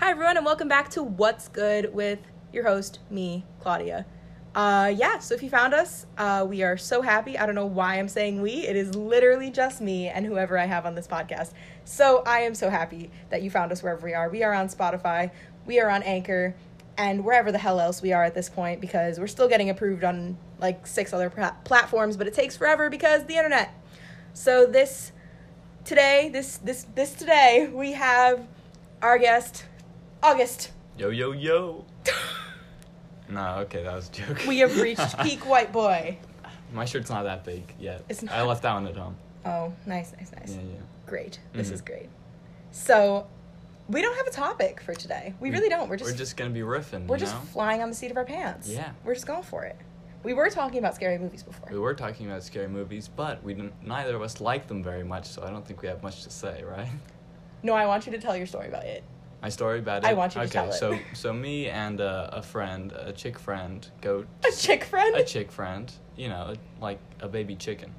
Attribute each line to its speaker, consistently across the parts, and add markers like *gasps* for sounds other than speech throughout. Speaker 1: and welcome back to What's Good with your host, me, Claudia. Uh, yeah, so if you found us, uh, we are so happy. I don't know why I'm saying we. It is literally just me and whoever I have on this podcast. So I am so happy that you found us wherever we are. We are on Spotify, we are on Anchor, and wherever the hell else we are at this point because we're still getting approved on like six other pla- platforms, but it takes forever because the internet. So this today, this this this today, we have our guest, August.
Speaker 2: *laughs* Yo, yo, yo. nah, okay, that was a joke.
Speaker 1: We
Speaker 2: *laughs*
Speaker 1: have reached peak white boy.
Speaker 2: My shirt's not that big yet.
Speaker 1: It's
Speaker 2: I
Speaker 1: not.
Speaker 2: left that one at home.
Speaker 1: Oh, nice, nice, nice.
Speaker 2: Yeah, yeah.
Speaker 1: Great. This
Speaker 2: Mhm.
Speaker 1: is great. So, we don't have a topic for today. We really don't. We're just
Speaker 2: Mm. We're just gonna be riffing.
Speaker 1: we're
Speaker 2: you
Speaker 1: just
Speaker 2: know?
Speaker 1: flying on the seat of our pants.
Speaker 2: Yeah.
Speaker 1: We're just going for it. We were talking about scary movies before.
Speaker 2: We were talking about scary movies, but we didn't, neither of us like them very much, so I don't think we have much to say, right? *laughs*
Speaker 1: No, I want you to tell your story about it. *laughs*
Speaker 2: My story about it.
Speaker 1: I want you to
Speaker 2: okay,
Speaker 1: tell it.
Speaker 2: so so me and uh, a friend, a chick friend, go
Speaker 1: A chick friend?
Speaker 2: a chick friend, you know, like a baby chicken.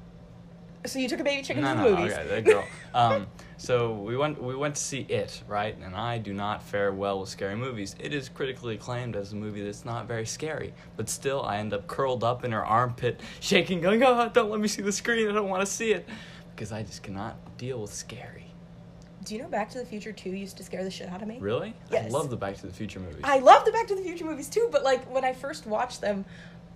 Speaker 1: So you took a baby chicken
Speaker 2: no,
Speaker 1: to the
Speaker 2: no,
Speaker 1: movies.
Speaker 2: Okay,
Speaker 1: *laughs*
Speaker 2: that girl. um, so we went we went to see it, right? And I do not fare well with scary movies. It is critically acclaimed as a movie that's not very scary, but still I end up curled up in her armpit, *laughs* shaking, going, "Oh, don't let me see the screen. I don't want to see it," because I just cannot deal with scary.
Speaker 1: Do you know Back to the Future 2 used to scare the shit out of me?
Speaker 2: Really? I
Speaker 1: Yes.
Speaker 2: love the Back to the Future movies.
Speaker 1: I love the Back to the Future movies too, but like when I first watched them,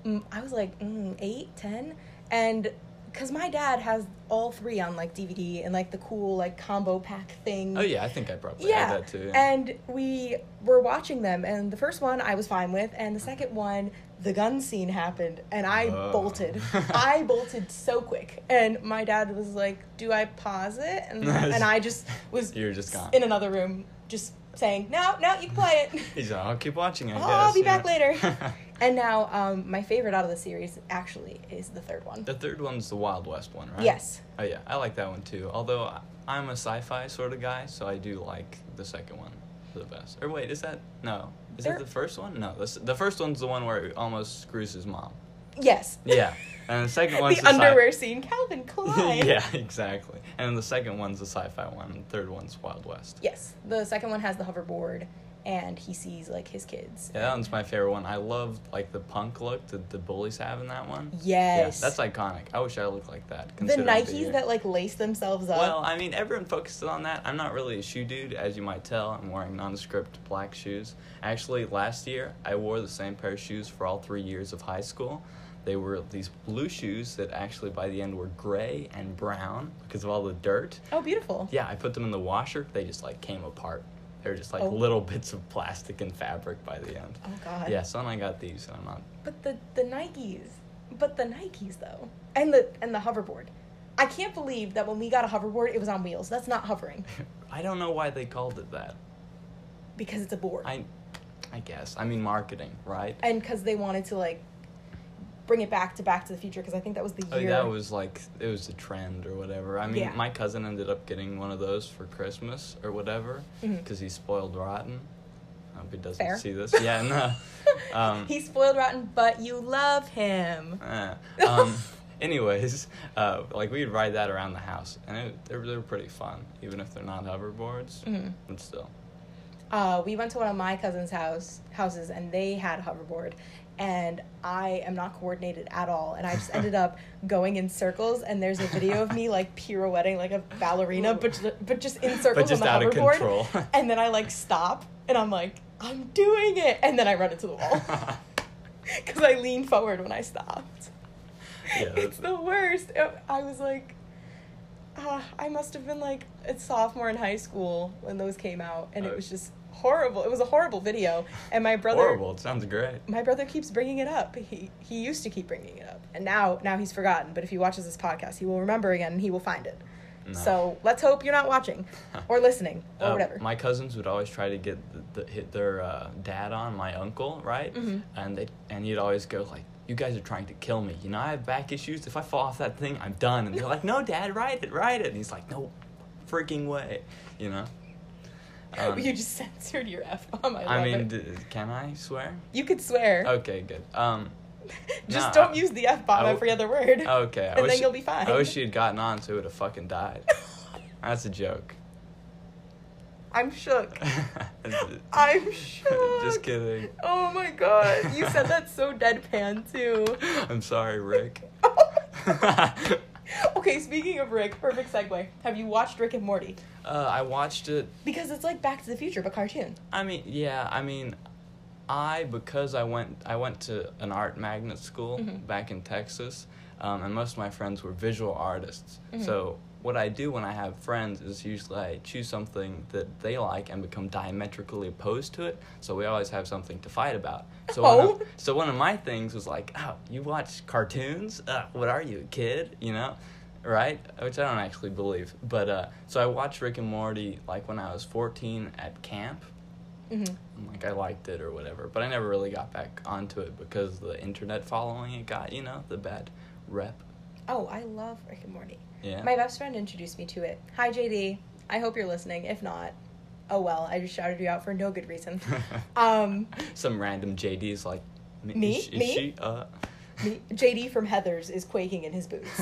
Speaker 1: mm, I was like mm, eight, ten, and because my dad has all three on like DVD and like the cool like combo pack thing.
Speaker 2: oh yeah, I think I probably
Speaker 1: Yeah.
Speaker 2: had that too.
Speaker 1: And we were watching them, and the first one I was fine with, and the second one, the gun scene happened, and I
Speaker 2: Oh. *laughs*
Speaker 1: bolted. I bolted so quick, and my dad was like, "Do I pause it?" And,
Speaker 2: *laughs*
Speaker 1: and I just was
Speaker 2: You're just gone.
Speaker 1: in another room, just saying, "No, no, you can play it."
Speaker 2: *laughs* He's like, I'll keep watching. I
Speaker 1: Oh,
Speaker 2: guess.
Speaker 1: I'll be
Speaker 2: you
Speaker 1: back
Speaker 2: know?
Speaker 1: later.
Speaker 2: *laughs*
Speaker 1: And now, um, my favorite out of the series actually is the third one.
Speaker 2: the third one's the Wild West one, right?
Speaker 1: Yes.
Speaker 2: Oh yeah, I like that one too. Although I- I'm a sci-fi sort of guy, so I do like the second one the best. Or wait, is that no? Is
Speaker 1: There-
Speaker 2: that the first one? No, this, the first one's the one where he almost screws his
Speaker 1: *laughs*
Speaker 2: mom.
Speaker 1: Yes.
Speaker 2: Yeah, and
Speaker 1: *laughs*
Speaker 2: the second one's
Speaker 1: the,
Speaker 2: the sci-
Speaker 1: underwear scene,
Speaker 2: *laughs*
Speaker 1: Calvin Klein.
Speaker 2: yeah, exactly. And the second one's the sci-fi one. And the third one's Wild West.
Speaker 1: Yes. The second one has the hoverboard, and he sees like his kids.
Speaker 2: Yeah, that one's my favorite one. I love like the punk look that the bullies have in that one.
Speaker 1: Yes.
Speaker 2: Yeah, that's iconic. I wish I looked like that.
Speaker 1: the
Speaker 2: considering
Speaker 1: Nikes
Speaker 2: year.
Speaker 1: that like lace themselves up.
Speaker 2: Well, I mean, everyone focuses on that. I'm not really a shoe dude, as you might tell. I'm wearing nondescript black shoes. Actually, last year, I wore the same pair of shoes for all three years of high school. They were these blue shoes that actually, by the end, were gray and brown because of all the dirt.
Speaker 1: oh, beautiful.
Speaker 2: Yeah, I put them in the washer. They just like came apart. They were just like
Speaker 1: Oh.
Speaker 2: little bits of plastic and fabric by the end.
Speaker 1: Oh God.
Speaker 2: Yeah, so then I got these, and I'm not. *laughs*
Speaker 1: But the the Nikes, but the Nikes though, and the and the hoverboard. I can't believe that when we got a hoverboard, it was on wheels. That's not hovering
Speaker 2: I don't know why they called it that.
Speaker 1: because it's a board.
Speaker 2: I, I guess. I mean, marketing, right?
Speaker 1: and because they wanted to like bring it back to Back to the Future because I think that was the
Speaker 2: Oh,
Speaker 1: year.
Speaker 2: that was like it was a trend or whatever. I mean,
Speaker 1: Yeah.
Speaker 2: my cousin ended up getting one of those for Christmas or whatever
Speaker 1: Mhm.
Speaker 2: because he's spoiled rotten. I hope he doesn't
Speaker 1: Fair. *laughs*
Speaker 2: see this. Yeah, no. Um,
Speaker 1: He's spoiled rotten, but you love him. *laughs*
Speaker 2: Eh. um, anyways, uh, like we'd ride that around the house, and it, they, were, they were pretty fun, even if they're not hoverboards.
Speaker 1: Mhm.
Speaker 2: But still,
Speaker 1: Uh, we went to one of my cousin's house houses, and they had a hoverboard, and I am not coordinated at all, and I just ended up going in circles. And there's a video of me like pirouetting like a ballerina, but ju- but just in circles
Speaker 2: just
Speaker 1: on
Speaker 2: out
Speaker 1: the
Speaker 2: of
Speaker 1: hoverboard.
Speaker 2: control.
Speaker 1: and then I like stop, and I'm like, I'm doing it, and then I run into the
Speaker 2: *laughs*
Speaker 1: wall *laughs* because I leaned forward when I stopped. *laughs*
Speaker 2: Yeah,
Speaker 1: it's the worst. I- I was like, ah, I must have been like a sophomore in high school when those came out, and it
Speaker 2: Oh.
Speaker 1: was just horrible. It was a horrible video, *laughs* and my brother.
Speaker 2: horrible. It sounds great.
Speaker 1: My brother keeps bringing it up. He he used to keep bringing it up, and now now he's forgotten. But if he watches this podcast, he will remember again, and he will find it.
Speaker 2: No.
Speaker 1: So let's hope you're not
Speaker 2: *laughs*
Speaker 1: watching, or listening, or
Speaker 2: Uh,
Speaker 1: Oh, whatever.
Speaker 2: My cousins would always try to get the, the, hit their uh, dad on my uncle, right?
Speaker 1: Mhm.
Speaker 2: And they and he'd always go like, "You guys are trying to kill me. You know, I have back issues. If I fall off that thing, I'm done." And they're like, "No, Dad, ride it, ride it." And he's like, "No, freaking way," you know.
Speaker 1: *laughs*
Speaker 2: Um,
Speaker 1: you just *laughs* censored your f bomb. I,
Speaker 2: I
Speaker 1: love
Speaker 2: mean,
Speaker 1: it.
Speaker 2: d- can I swear?
Speaker 1: you could swear.
Speaker 2: Okay, good. Um,
Speaker 1: *laughs* just
Speaker 2: no,
Speaker 1: don't use the f bomb
Speaker 2: I-
Speaker 1: every other word.
Speaker 2: okay. I
Speaker 1: And then
Speaker 2: wish-
Speaker 1: you'll be fine.
Speaker 2: *laughs* I wish she had gotten on, so he would have fucking died. That's a joke.
Speaker 1: *laughs* I'm
Speaker 2: *laughs*
Speaker 1: shook. I'm shook.
Speaker 2: Just kidding.
Speaker 1: Oh my god. You said that so deadpan too. *laughs*
Speaker 2: I'm sorry, Rick.
Speaker 1: Oh. okay, speaking of Rick, perfect segue. Have you watched Rick and Morty?
Speaker 2: Uh, I watched it.
Speaker 1: Because it's like Back to the Future, but cartoon.
Speaker 2: I mean, yeah. I mean, I because I went I went to an art magnet school
Speaker 1: Mhm.
Speaker 2: back in Texas, um, and most of my friends were visual artists.
Speaker 1: Mhm.
Speaker 2: So what I do when I have friends is usually I choose something that they like and become diametrically opposed to it. So we always have something to fight about. So one
Speaker 1: Oh.
Speaker 2: of, *laughs* so one of my things was like, oh, you watch cartoons? Uh, what are you, a kid? You know. Right, which I don't actually believe, but uh, so I watched Rick and Morty like when I was fourteen at camp,
Speaker 1: Mm-hmm.
Speaker 2: and, like I liked it or whatever, but I never really got back onto it because the internet following it got, you know, the bad rep.
Speaker 1: Oh, I love Rick and Morty.
Speaker 2: Yeah. *laughs*
Speaker 1: My best friend introduced me to it. Hi, JD. I hope you're listening. If not, oh well, I just shouted you out for no good
Speaker 2: *laughs*
Speaker 1: reason. um,
Speaker 2: Some random JD's like "M-
Speaker 1: Me?
Speaker 2: Is, she- is
Speaker 1: Me?
Speaker 2: she uh *laughs*
Speaker 1: me- JD from Heather's is quaking in his boots.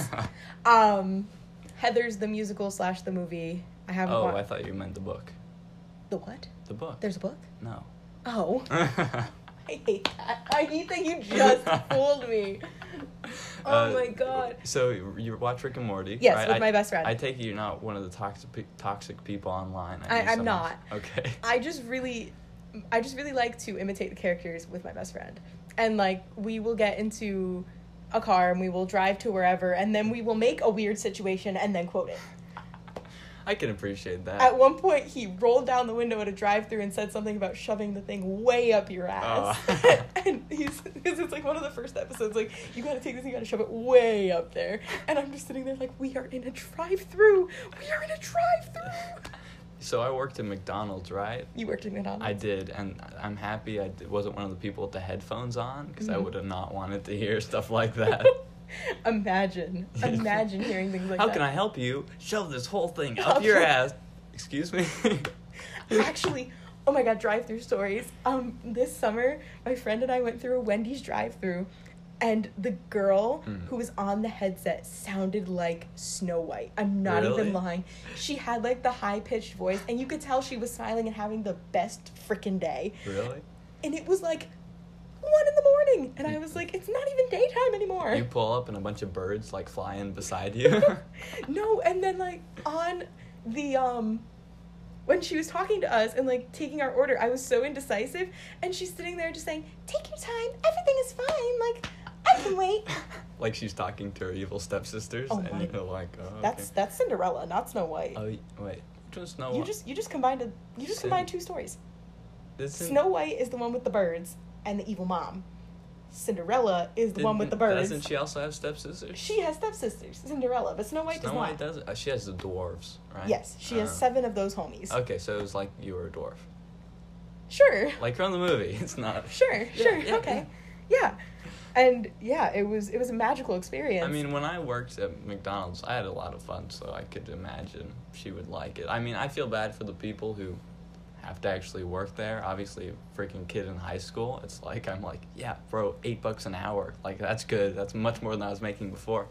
Speaker 1: Um, Heather's the musical slash the movie. I haven't
Speaker 2: Oh,
Speaker 1: wa-
Speaker 2: I thought you meant the book.
Speaker 1: the what?
Speaker 2: The book.
Speaker 1: There's a book?
Speaker 2: No. *laughs*
Speaker 1: Oh, *laughs* I hate that. I hate that you
Speaker 2: *laughs*
Speaker 1: just fooled me. Oh
Speaker 2: Uh,
Speaker 1: my god.
Speaker 2: So you watch Rick and Morty?
Speaker 1: Yes,
Speaker 2: right?
Speaker 1: with
Speaker 2: I-
Speaker 1: my best friend.
Speaker 2: I take it you're not one of the toxic pe- toxic people online.
Speaker 1: I-
Speaker 2: knew
Speaker 1: I'm
Speaker 2: someone-
Speaker 1: not.
Speaker 2: *laughs* Okay.
Speaker 1: I just really I just really like to imitate the characters with my best friend. And like we will get into a car and we will drive to wherever and then we will make a weird situation and then quote it.
Speaker 2: I can appreciate that.
Speaker 1: At one point he rolled down the window at a drive through and said something about shoving the thing way up your ass.
Speaker 2: Oh.
Speaker 1: *laughs* and he's because it's like one of the first episodes, like, you gotta take this and you gotta shove it way up there. And I'm just sitting there like, we are in a drive through. We are in a drive through.
Speaker 2: so I worked at McDonald's, right?
Speaker 1: You worked in McDonald's.
Speaker 2: I did, and I'm happy I d- wasn't one of the people with the headphones on because I
Speaker 1: Mhm.
Speaker 2: would have not wanted to hear stuff like that.
Speaker 1: *laughs* imagine, imagine hearing things like
Speaker 2: How
Speaker 1: that.
Speaker 2: can I help you? Shove this whole thing
Speaker 1: Up
Speaker 2: up your
Speaker 1: your-
Speaker 2: ass. Excuse me.
Speaker 1: *laughs* Actually, oh my god, drive-through stories. Um, this summer, my friend and I went through a Wendy's drive-through, and the girl
Speaker 2: Mm.
Speaker 1: who was on the headset sounded like Snow White. I'm not
Speaker 2: Really?
Speaker 1: even lying. She had like the high-pitched voice, and you could tell she was smiling and having the best freaking day.
Speaker 2: really?
Speaker 1: And it was like one in the morning, and I was like, it's not even daytime anymore.
Speaker 2: You pull up and a bunch of birds like flying beside you. *laughs*
Speaker 1: no, and then like on the um when she was talking to us and like taking our order, I was so indecisive and she's sitting there just saying, "Take your time. Everything is fine. Like *laughs* I can wait."
Speaker 2: like she's talking to her evil stepsisters,
Speaker 1: Oh
Speaker 2: and
Speaker 1: my-
Speaker 2: you're like, oh, okay.
Speaker 1: That's that's Cinderella, not Snow White.
Speaker 2: Oh y- wait, which one's Snow
Speaker 1: you
Speaker 2: White?
Speaker 1: just you just combined a you just
Speaker 2: Sin-
Speaker 1: combined two stories.
Speaker 2: This is-
Speaker 1: Snow White is the one with the birds and the evil mom. Cinderella is the one with the
Speaker 2: Didn't-
Speaker 1: birds.
Speaker 2: Doesn't she also have stepsisters?
Speaker 1: She has stepsisters, Cinderella, but Snow White
Speaker 2: Snow
Speaker 1: does
Speaker 2: White
Speaker 1: not.
Speaker 2: doesn't. uh, she has the dwarves, right?
Speaker 1: Yes, she
Speaker 2: Uh,
Speaker 1: has seven of those homies.
Speaker 2: Okay, so it was like you were a dwarf.
Speaker 1: Sure.
Speaker 2: Like from the movie. *laughs* It's not.
Speaker 1: Sure,
Speaker 2: Yeah,
Speaker 1: sure,
Speaker 2: yeah,
Speaker 1: okay. Yeah. And yeah, it was it was a magical experience.
Speaker 2: I mean, when I worked at McDonald's, I had a lot of fun, so I could imagine she would like it. I mean, I feel bad for the people who have to actually work there. Obviously, a freaking kid in high school, it's like, I'm like, yeah, bro, eight bucks an hour. Like, that's good. That's much more than I was making before.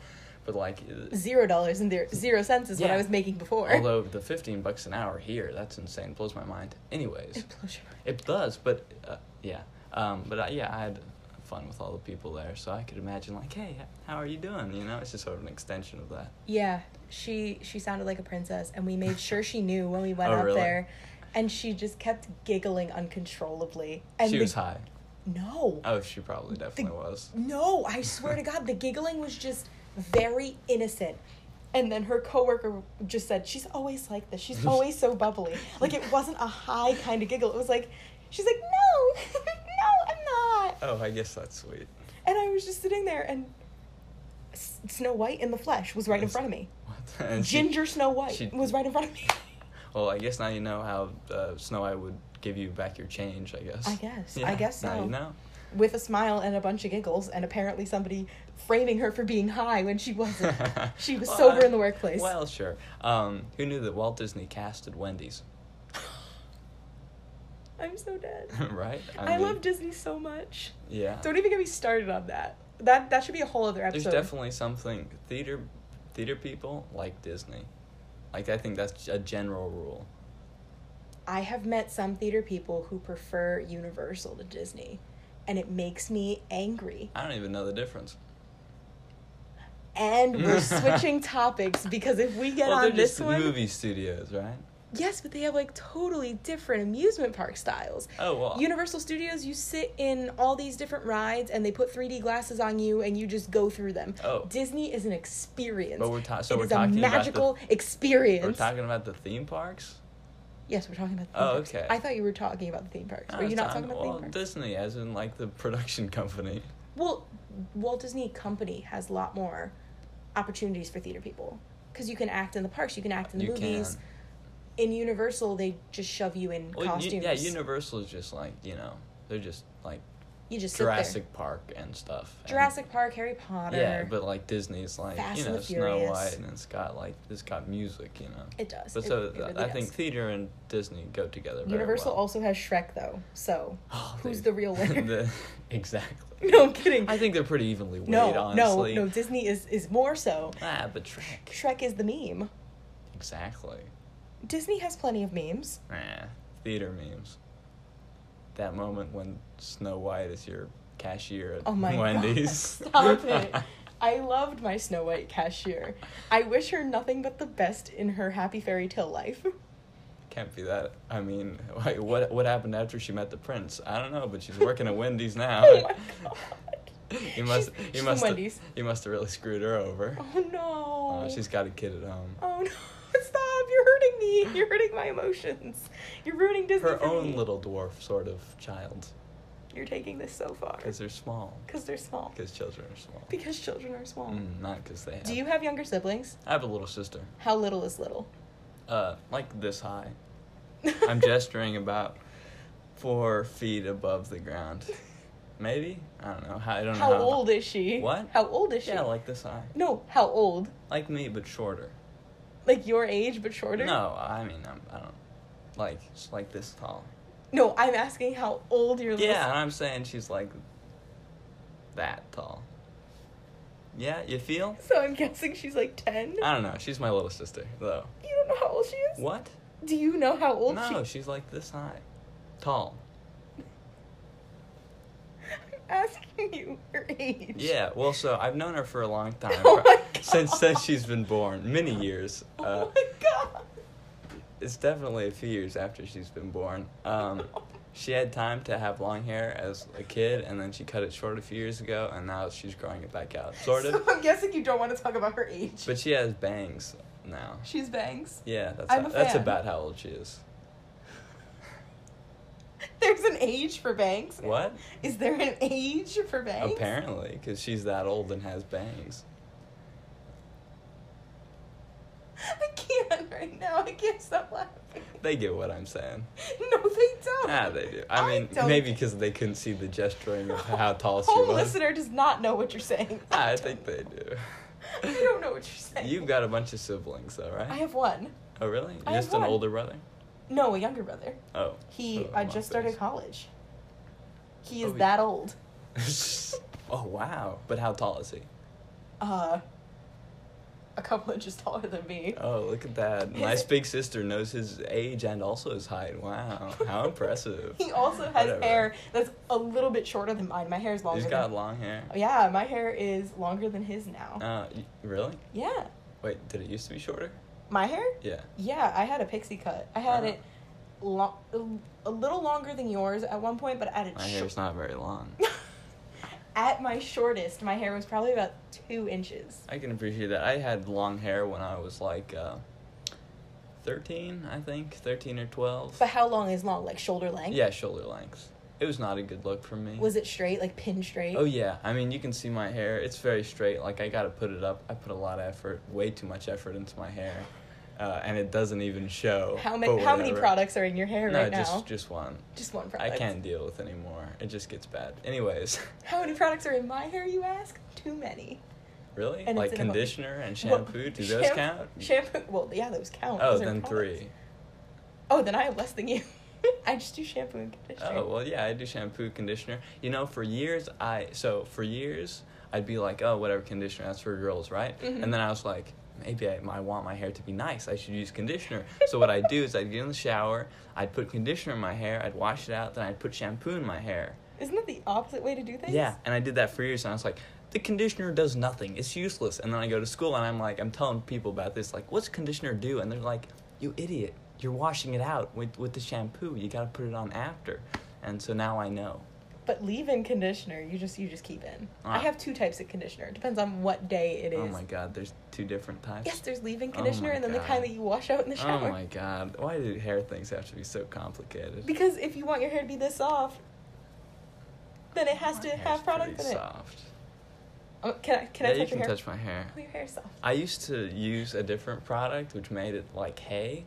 Speaker 2: But, like, uh,
Speaker 1: zero dollars and there- zero cents is what
Speaker 2: Yeah.
Speaker 1: I was making before. *laughs*
Speaker 2: although the 15 bucks an hour here, that's insane. Blows my mind. Anyways,
Speaker 1: It blows your mind.
Speaker 2: it does, but uh, yeah. Um, but I, yeah, I had fun with all the people there, so I could imagine, like, hey, how are you doing? You know, it's just sort of an extension of that.
Speaker 1: Yeah, she she sounded like a princess, and we made sure she knew when we went
Speaker 2: Oh,
Speaker 1: up
Speaker 2: really?
Speaker 1: there, and she just kept giggling uncontrollably. And
Speaker 2: she
Speaker 1: the-
Speaker 2: was high.
Speaker 1: No,
Speaker 2: Oh, she probably definitely was.
Speaker 1: no, I swear to God, the giggling was just very innocent. And then her coworker just said, "She's always like this.
Speaker 2: *laughs*
Speaker 1: She's always so bubbly. Like it wasn't a high kind of giggle. It was like, she's like, no, *laughs* no, I'm not."
Speaker 2: Oh, I guess that's sweet.
Speaker 1: And I was just sitting there, and S- Snow White in the flesh was right in front of me.
Speaker 2: What? *laughs* And she-
Speaker 1: Ginger Snow White
Speaker 2: she-
Speaker 1: was right in front of me.
Speaker 2: well, I guess now you know how uh, Snow White would give you back your change. I guess.
Speaker 1: I
Speaker 2: *laughs*
Speaker 1: guess. I guess
Speaker 2: Now
Speaker 1: so.
Speaker 2: you know.
Speaker 1: With a smile and a bunch of giggles, and apparently somebody framing her for being high when she
Speaker 2: *laughs*
Speaker 1: wasn't. She was sober in the workplace.
Speaker 2: uh, Well, sure. Um, who knew that Walt Disney casted Wendy's? *laughs*
Speaker 1: *sighs* I'm so dead.
Speaker 2: *laughs* right.
Speaker 1: I,
Speaker 2: mean,
Speaker 1: love Disney so much.
Speaker 2: Yeah.
Speaker 1: Don't even get me started on that. That that should be a whole other
Speaker 2: There's
Speaker 1: episode.
Speaker 2: definitely something theater, theater people like Disney. Like I think that's a general rule.
Speaker 1: I have met some theater people who prefer Universal to Disney, and it makes me angry.
Speaker 2: I don't even know the difference.
Speaker 1: And
Speaker 2: *laughs*
Speaker 1: we're switching topics because if we get
Speaker 2: well,
Speaker 1: on
Speaker 2: they're
Speaker 1: this
Speaker 2: just
Speaker 1: one,
Speaker 2: movie studios, right?
Speaker 1: yes, but they have like totally different amusement park styles.
Speaker 2: Oh well.
Speaker 1: Universal Studios, you sit in all these different rides and they put 3D glasses on you and you just go through them.
Speaker 2: Oh.
Speaker 1: Disney is an experience.
Speaker 2: But we're ta- Uh, so
Speaker 1: It
Speaker 2: we're
Speaker 1: is
Speaker 2: talking
Speaker 1: a
Speaker 2: about the-
Speaker 1: magical experience.
Speaker 2: We're talking about the theme parks.
Speaker 1: yes, we're talking about the theme
Speaker 2: Oh,
Speaker 1: parks.
Speaker 2: okay. Ah,
Speaker 1: I thought you were talking about the theme parks.
Speaker 2: No,
Speaker 1: Are you
Speaker 2: it's
Speaker 1: not talking about
Speaker 2: well,
Speaker 1: theme parks?
Speaker 2: Disney, as in like the *laughs* production company.
Speaker 1: Well, Walt Disney Company has a lot more opportunities for theater people because you can act in the parks, you can act in the
Speaker 2: You
Speaker 1: movies.
Speaker 2: can.
Speaker 1: In Universal, they just shove you in
Speaker 2: Well,
Speaker 1: costumes.
Speaker 2: you, yeah, Universal is just like you know they're just like
Speaker 1: you just sit
Speaker 2: Jurassic Park and stuff.
Speaker 1: there.
Speaker 2: and-
Speaker 1: Jurassic Park, Harry Potter.
Speaker 2: Yeah, but like Disney's like
Speaker 1: Fast
Speaker 2: you
Speaker 1: and
Speaker 2: know
Speaker 1: the
Speaker 2: Snow
Speaker 1: Furious.
Speaker 2: White and it's got like it's got music, you know.
Speaker 1: it does.
Speaker 2: But
Speaker 1: It-
Speaker 2: so uh,
Speaker 1: it really
Speaker 2: I think
Speaker 1: does.
Speaker 2: theater and Disney go together. Very
Speaker 1: Universal
Speaker 2: well.
Speaker 1: also has Shrek though, so
Speaker 2: *gasps* Oh,
Speaker 1: who's
Speaker 2: they-
Speaker 1: the
Speaker 2: *laughs*
Speaker 1: real winner?
Speaker 2: the-
Speaker 1: *laughs*
Speaker 2: exactly.
Speaker 1: no, I'm kidding.
Speaker 2: I think they're pretty evenly weighed.
Speaker 1: no, no,
Speaker 2: honestly.
Speaker 1: no. Disney is is more so.
Speaker 2: Ah, but Shrek.
Speaker 1: Shrek is the meme.
Speaker 2: Exactly.
Speaker 1: Disney has plenty of memes.
Speaker 2: Nah, theater memes. That moment when Snow White is your cashier at
Speaker 1: Oh my
Speaker 2: Wendy's.
Speaker 1: god! *laughs* Stop
Speaker 2: *laughs*
Speaker 1: it. I loved my Snow White cashier. I wish her nothing but the best in her happy fairy tale life.
Speaker 2: Can't be that. I mean, like, what what happened after she met the prince? I don't know, but she's working
Speaker 1: *laughs*
Speaker 2: at Wendy's now.
Speaker 1: Oh my
Speaker 2: *laughs*
Speaker 1: god!
Speaker 2: You must.
Speaker 1: She's,
Speaker 2: you
Speaker 1: she's from
Speaker 2: must.
Speaker 1: Wendy's.
Speaker 2: You must have really screwed her over.
Speaker 1: Oh no!
Speaker 2: Uh, she's got a kid at home.
Speaker 1: Oh no! *laughs* Stop! You're hurting me. You're hurting my emotions. You're ruining Disney.
Speaker 2: Her
Speaker 1: for
Speaker 2: own
Speaker 1: me.
Speaker 2: little dwarf sort of child,
Speaker 1: You're taking this so far.
Speaker 2: because they're small.
Speaker 1: Because they're small.
Speaker 2: Because children are small.
Speaker 1: Because children are small.
Speaker 2: Mm, not because they have.
Speaker 1: Do you have younger siblings?
Speaker 2: I have a little sister.
Speaker 1: How little is little?
Speaker 2: Uh, like this high. I'm
Speaker 1: *laughs*
Speaker 2: gesturing about four feet above the ground. Maybe I don't know. How I don't
Speaker 1: How
Speaker 2: know.
Speaker 1: old is she?
Speaker 2: What?
Speaker 1: How old is she?
Speaker 2: Yeah, like this high.
Speaker 1: no, how old?
Speaker 2: Like me, but shorter.
Speaker 1: Like your age, but shorter?
Speaker 2: No, I mean I'm, I don't. Like it's like this tall.
Speaker 1: No, I'm asking how old your little.
Speaker 2: Yeah, and I'm saying she's like that tall. Yeah, you feel?
Speaker 1: *laughs* So I'm guessing she's like 10.
Speaker 2: I don't know. She's my little sister, though.
Speaker 1: you don't know how old she is?
Speaker 2: Uh, What?
Speaker 1: Do you know how old
Speaker 2: no,
Speaker 1: she
Speaker 2: she's like this high, tall.
Speaker 1: *laughs* I'm asking you her age.
Speaker 2: Yeah. Well, so I've known her for a long time,
Speaker 1: *laughs* Oh my God.
Speaker 2: since since she's been born, many years.
Speaker 1: *laughs* Oh
Speaker 2: Uh,
Speaker 1: my god.
Speaker 2: it's definitely a few years after she's been born.
Speaker 1: *laughs*
Speaker 2: Um, she had time to have long hair as a kid, and then she cut it short a few years ago, and now she's growing it back out, sort
Speaker 1: So *laughs*
Speaker 2: of.
Speaker 1: I'm guessing you don't want to talk about her age.
Speaker 2: But she has bangs now.
Speaker 1: she's bangs.
Speaker 2: Yeah, that's
Speaker 1: I'm
Speaker 2: how-
Speaker 1: a
Speaker 2: that's
Speaker 1: fan.
Speaker 2: about how old she is.
Speaker 1: There's an age for bangs.
Speaker 2: What?
Speaker 1: Is there an age for bangs?
Speaker 2: Apparently, because she's that old and has bangs.
Speaker 1: I can't right now. I can't stop laughing.
Speaker 2: They get what I'm saying.
Speaker 1: *laughs* No, they don't.
Speaker 2: Ah, they do. I mean,
Speaker 1: Oh. don't.
Speaker 2: maybe because they couldn't see the gesturing of how tall she
Speaker 1: Home
Speaker 2: was. Ah,
Speaker 1: listener does not know what you're
Speaker 2: *laughs*
Speaker 1: saying.
Speaker 2: I
Speaker 1: don't- *laughs*
Speaker 2: think they do.
Speaker 1: I don't know what you're saying.
Speaker 2: You've got a bunch of siblings, though, right?
Speaker 1: I have one.
Speaker 2: oh, really?
Speaker 1: I have
Speaker 2: Just an
Speaker 1: one.
Speaker 2: older brother?
Speaker 1: No, a younger brother.
Speaker 2: Oh.
Speaker 1: He
Speaker 2: Oh,
Speaker 1: uh,
Speaker 2: my
Speaker 1: just started
Speaker 2: face.
Speaker 1: college. He is
Speaker 2: Oh, yeah.
Speaker 1: that old.
Speaker 2: oh wow! But how tall is he?
Speaker 1: Uh, a couple *laughs* inches taller than me.
Speaker 2: Oh, look at that!
Speaker 1: His-
Speaker 2: Nice big sister knows his age and also his height. Wow,
Speaker 1: *laughs*
Speaker 2: how impressive!
Speaker 1: He also has
Speaker 2: Whatever.
Speaker 1: hair that's a little bit shorter than mine. My hair is longer.
Speaker 2: He's
Speaker 1: than-
Speaker 2: got long hair.
Speaker 1: Oh, Yeah, my hair is longer than his now.
Speaker 2: Uh, y- really?
Speaker 1: yeah,
Speaker 2: Wait, did it used to be shorter?
Speaker 1: my hair.
Speaker 2: Yeah.
Speaker 1: Yeah, I had a pixie cut. I had
Speaker 2: Uh-huh.
Speaker 1: it lo- a little longer than yours at one point, but at its
Speaker 2: My hair's not very long.
Speaker 1: *laughs* at my shortest, my hair was probably about two inches.
Speaker 2: I can appreciate that. I had long hair when I was like uh, 13, I think, 13 or 12.
Speaker 1: But how long is long? Like shoulder length?
Speaker 2: Yeah, shoulder length. It was not a good look for me.
Speaker 1: Was it straight? Like pin straight?
Speaker 2: Oh yeah, I mean you can see my hair. It's very straight. Like I gotta put it up. I put a lot of effort, way too much effort into my hair, uh, and it doesn't even show.
Speaker 1: How
Speaker 2: but
Speaker 1: many How many
Speaker 2: Oh, whatever.
Speaker 1: products are in your hair
Speaker 2: No,
Speaker 1: right
Speaker 2: just
Speaker 1: now?
Speaker 2: just one.
Speaker 1: Just one
Speaker 2: I
Speaker 1: product.
Speaker 2: can't deal with anymore. It just gets bad. Anyways,
Speaker 1: How many products are in my hair? You ask. Too many.
Speaker 2: *laughs* really,
Speaker 1: And
Speaker 2: like
Speaker 1: it's in a bu-
Speaker 2: conditioner and
Speaker 1: Well,
Speaker 2: shampoo. do those
Speaker 1: shampoo-
Speaker 2: count?
Speaker 1: Shampoo. Well, yeah, those count.
Speaker 2: oh,
Speaker 1: Those are
Speaker 2: then
Speaker 1: products.
Speaker 2: three.
Speaker 1: Oh, then I have less than you. *laughs* I just do shampoo and conditioner.
Speaker 2: Oh well, yeah, I do shampoo, conditioner. You know, for years I so for years I'd be like, oh, whatever conditioner that's for girls, right?
Speaker 1: Mhm.
Speaker 2: And then I was like, maybe I, I want my hair to be nice. I should use conditioner. so what I'd do is I'd get in the shower, I'd put conditioner in my hair, I'd wash it out, then I'd put shampoo in my hair.
Speaker 1: Isn't that the opposite way to do things?
Speaker 2: Yeah, and I did that for years, and I was like, the conditioner does nothing. It's useless. And then I go to school, and I'm like, I'm telling people about this, like, what's conditioner do? And they're like, you idiot, you're washing it out with with the shampoo. You gotta put it on after. And so now I know.
Speaker 1: But leave in conditioner. You just you just keep in. I
Speaker 2: Ah.
Speaker 1: have two types of conditioner. It depends on what day it is.
Speaker 2: Oh my God, there's two different types.
Speaker 1: Yes, there's leave in
Speaker 2: Oh
Speaker 1: conditioner
Speaker 2: my
Speaker 1: and then the
Speaker 2: God.
Speaker 1: kind that you wash out in the shower.
Speaker 2: Oh my God, why do hair things have to be so complicated?
Speaker 1: Because if you want your hair to be this soft, then it has
Speaker 2: My
Speaker 1: to
Speaker 2: hair's
Speaker 1: have product in
Speaker 2: pretty
Speaker 1: it.
Speaker 2: soft.
Speaker 1: Um, can I can I touch
Speaker 2: yeah, you
Speaker 1: your
Speaker 2: can
Speaker 1: hair?
Speaker 2: touch my hair.
Speaker 1: Oh, your hair's soft.
Speaker 2: I used to use a different product, which made it like hay.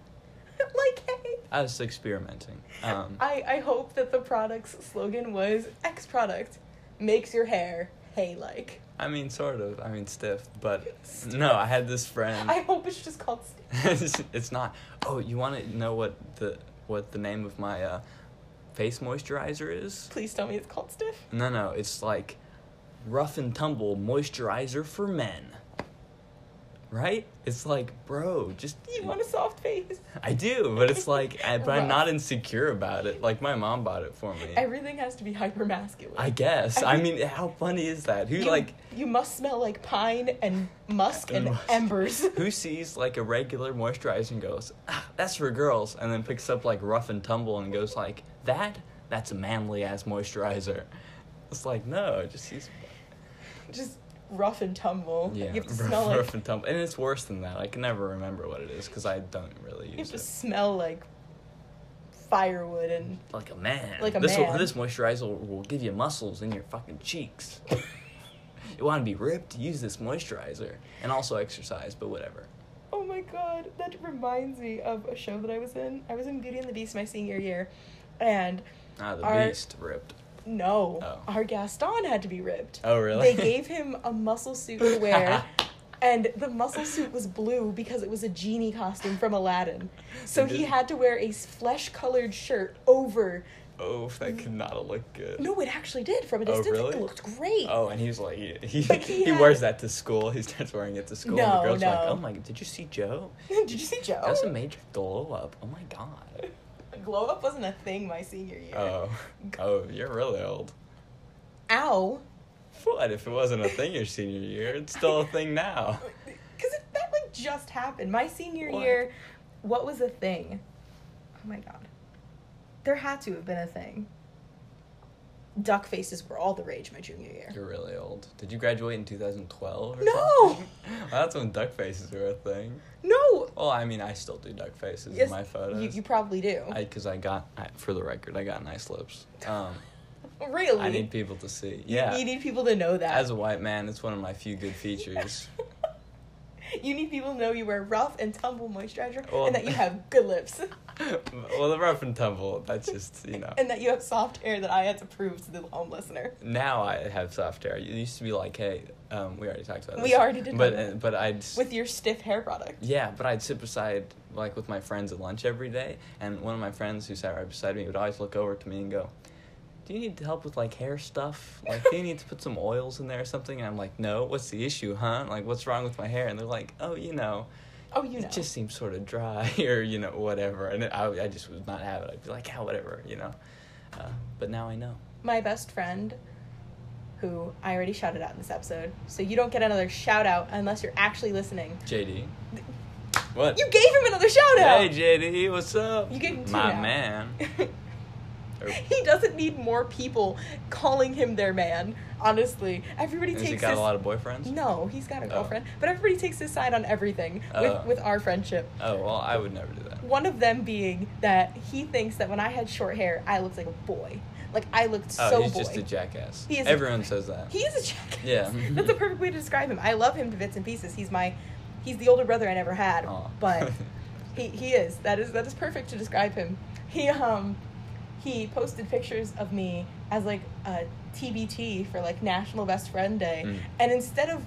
Speaker 1: *laughs* like hey.
Speaker 2: I was experimenting. Um,
Speaker 1: I I hope that the product's slogan was X product makes your hair hay like.
Speaker 2: I mean, sort of. I mean, stiff. But no, I had this friend.
Speaker 1: I hope it's just called. St-
Speaker 2: it's, *laughs* it's not. Oh, you want to know what the what the name of my uh, face moisturizer is?
Speaker 1: Please tell me it's called stiff.
Speaker 2: No, no. It's like rough and tumble moisturizer for men. Right? It's like, bro, just
Speaker 1: You want a soft face.
Speaker 2: *laughs* I do,
Speaker 1: *laughs*
Speaker 2: but it's like, I, but I'm
Speaker 1: Rough.
Speaker 2: not insecure about it. Like my mom bought it for me.
Speaker 1: Everything has to be hyper masculine.
Speaker 2: I guess.
Speaker 1: I
Speaker 2: I
Speaker 1: mean-
Speaker 2: mean, how funny is that? Who
Speaker 1: You,
Speaker 2: like
Speaker 1: you must smell like pine and musk and,
Speaker 2: And musk.
Speaker 1: embers.
Speaker 2: *laughs* who sees like a regular moisturizer and goes, ah, "That's for girls," and then picks up like Rough and Tumble and goes like, "That? That's a manly ass moisturizer." It's like no, it just use
Speaker 1: just rough and tumble.
Speaker 2: yeah,
Speaker 1: you have to
Speaker 2: *laughs* rough,
Speaker 1: smell like
Speaker 2: rough and tumble, and it's worse than that. I can never remember what it is because I don't really
Speaker 1: you have
Speaker 2: use
Speaker 1: to
Speaker 2: it.
Speaker 1: smell like firewood and
Speaker 2: Like a man.
Speaker 1: Like a
Speaker 2: this
Speaker 1: man.
Speaker 2: Will, this moisturizer will, will give you muscles in your fucking cheeks. *laughs* you want to be ripped? Use this moisturizer, and also exercise, but whatever.
Speaker 1: Oh my god, that reminds me of a show that I was in. I was in Beauty and the Beast my senior year, and
Speaker 2: Ah, the
Speaker 1: Our-
Speaker 2: beast ripped.
Speaker 1: no,
Speaker 2: Oh.
Speaker 1: our Gaston had to be ripped.
Speaker 2: Oh really?
Speaker 1: They
Speaker 2: *laughs*
Speaker 1: gave him a muscle suit to wear, and the muscle suit was blue because it was a genie costume from Aladdin. So
Speaker 2: They
Speaker 1: he
Speaker 2: didn't-
Speaker 1: had to wear a flesh colored shirt over.
Speaker 2: Oh, that could not look good.
Speaker 1: No, it actually did from a
Speaker 2: Oh,
Speaker 1: distance. It
Speaker 2: really?
Speaker 1: looked great.
Speaker 2: Oh, and he's like, he, he,
Speaker 1: Like, he
Speaker 2: he,
Speaker 1: had-
Speaker 2: wears that to school. He starts wearing it to school. and
Speaker 1: No,
Speaker 2: the girl's like,
Speaker 1: no.
Speaker 2: oh my, did you see Joe?
Speaker 1: *laughs* Did you see Joe?
Speaker 2: That was a major glow up. Oh my god.
Speaker 1: *laughs* Glow up wasn't a thing my senior year.
Speaker 2: Oh, oh, you're really old.
Speaker 1: Ow.
Speaker 2: What if it wasn't a thing your senior year? It's still a thing
Speaker 1: *laughs*
Speaker 2: now.
Speaker 1: Because that like just happened. My senior
Speaker 2: What?
Speaker 1: year, what was a thing? Oh my god. There had to have been a thing. Duck faces were all the rage my junior year.
Speaker 2: You're really old. Did you graduate in 2012? Or
Speaker 1: No!
Speaker 2: something? *laughs* well, that's when duck faces were a thing.
Speaker 1: No.
Speaker 2: Well, I mean, I still do duck faces
Speaker 1: Yes,
Speaker 2: in my photos.
Speaker 1: You, you probably do.
Speaker 2: because I, got, I, for the record, I got nice lips.
Speaker 1: *laughs*
Speaker 2: Um,
Speaker 1: really?
Speaker 2: I need people to see.
Speaker 1: You-
Speaker 2: Yeah.
Speaker 1: You need people to know that.
Speaker 2: As a white man, it's one of my few good features.
Speaker 1: *laughs* you need people to know you wear rough and tumble moisturizer
Speaker 2: Well-
Speaker 1: and that you have good
Speaker 2: *laughs*
Speaker 1: lips.
Speaker 2: well, the rough and tumble, that's just, you know.
Speaker 1: And that you have soft hair that I had to prove to the home listener.
Speaker 2: Now I have soft hair. It used to be like, hey, um, we already talked about this.
Speaker 1: We already did
Speaker 2: But,
Speaker 1: talk about
Speaker 2: uh, but I'd. s-
Speaker 1: With your stiff hair product.
Speaker 2: yeah, but I'd sit beside, like, with my friends at lunch every day, and one of my friends who sat right beside me would always look over to me and go, do you need help with, like, hair stuff? Like, do you need to put some oils in there or something? And I'm like, no, what's the issue, huh? Like, what's wrong with my hair? And they're like, oh, you know.
Speaker 1: Oh, you know.
Speaker 2: It just seems sort of dry, *laughs* or you know, whatever. And I, I just would not have it. I'd be like, yeah, whatever, you know. Uh, but now I know.
Speaker 1: my best friend, who I already shouted out in this episode, so you don't get another shout out unless you're actually listening.
Speaker 2: JD, what?
Speaker 1: You gave him another shout
Speaker 2: hey
Speaker 1: out.
Speaker 2: JD, what's up?
Speaker 1: You getting two
Speaker 2: my
Speaker 1: now. *laughs*
Speaker 2: man. Er, Or-
Speaker 1: he doesn't need more people calling him their man. Honestly, everybody
Speaker 2: Has
Speaker 1: takes
Speaker 2: he got
Speaker 1: his...
Speaker 2: a lot of boyfriends?
Speaker 1: No, he's got a
Speaker 2: Oh.
Speaker 1: girlfriend, but everybody takes his side on everything
Speaker 2: Oh.
Speaker 1: with with our friendship.
Speaker 2: Oh well, I would never do that.
Speaker 1: One of them being that he thinks that when I had short hair, I looked like a boy. Like I looked
Speaker 2: Oh,
Speaker 1: so
Speaker 2: he's
Speaker 1: boy.
Speaker 2: just a jackass.
Speaker 1: He is a-
Speaker 2: Everyone says that.
Speaker 1: He is a jackass.
Speaker 2: Yeah.
Speaker 1: *laughs* That's a perfect way to describe him. I love him to bits and pieces. He's my he's the older brother I never had.
Speaker 2: Aw.
Speaker 1: But he, he is. That is that is perfect to describe him. He um he posted pictures of me as like a TBT for like National Best Friend Day.
Speaker 2: Mm.
Speaker 1: And instead of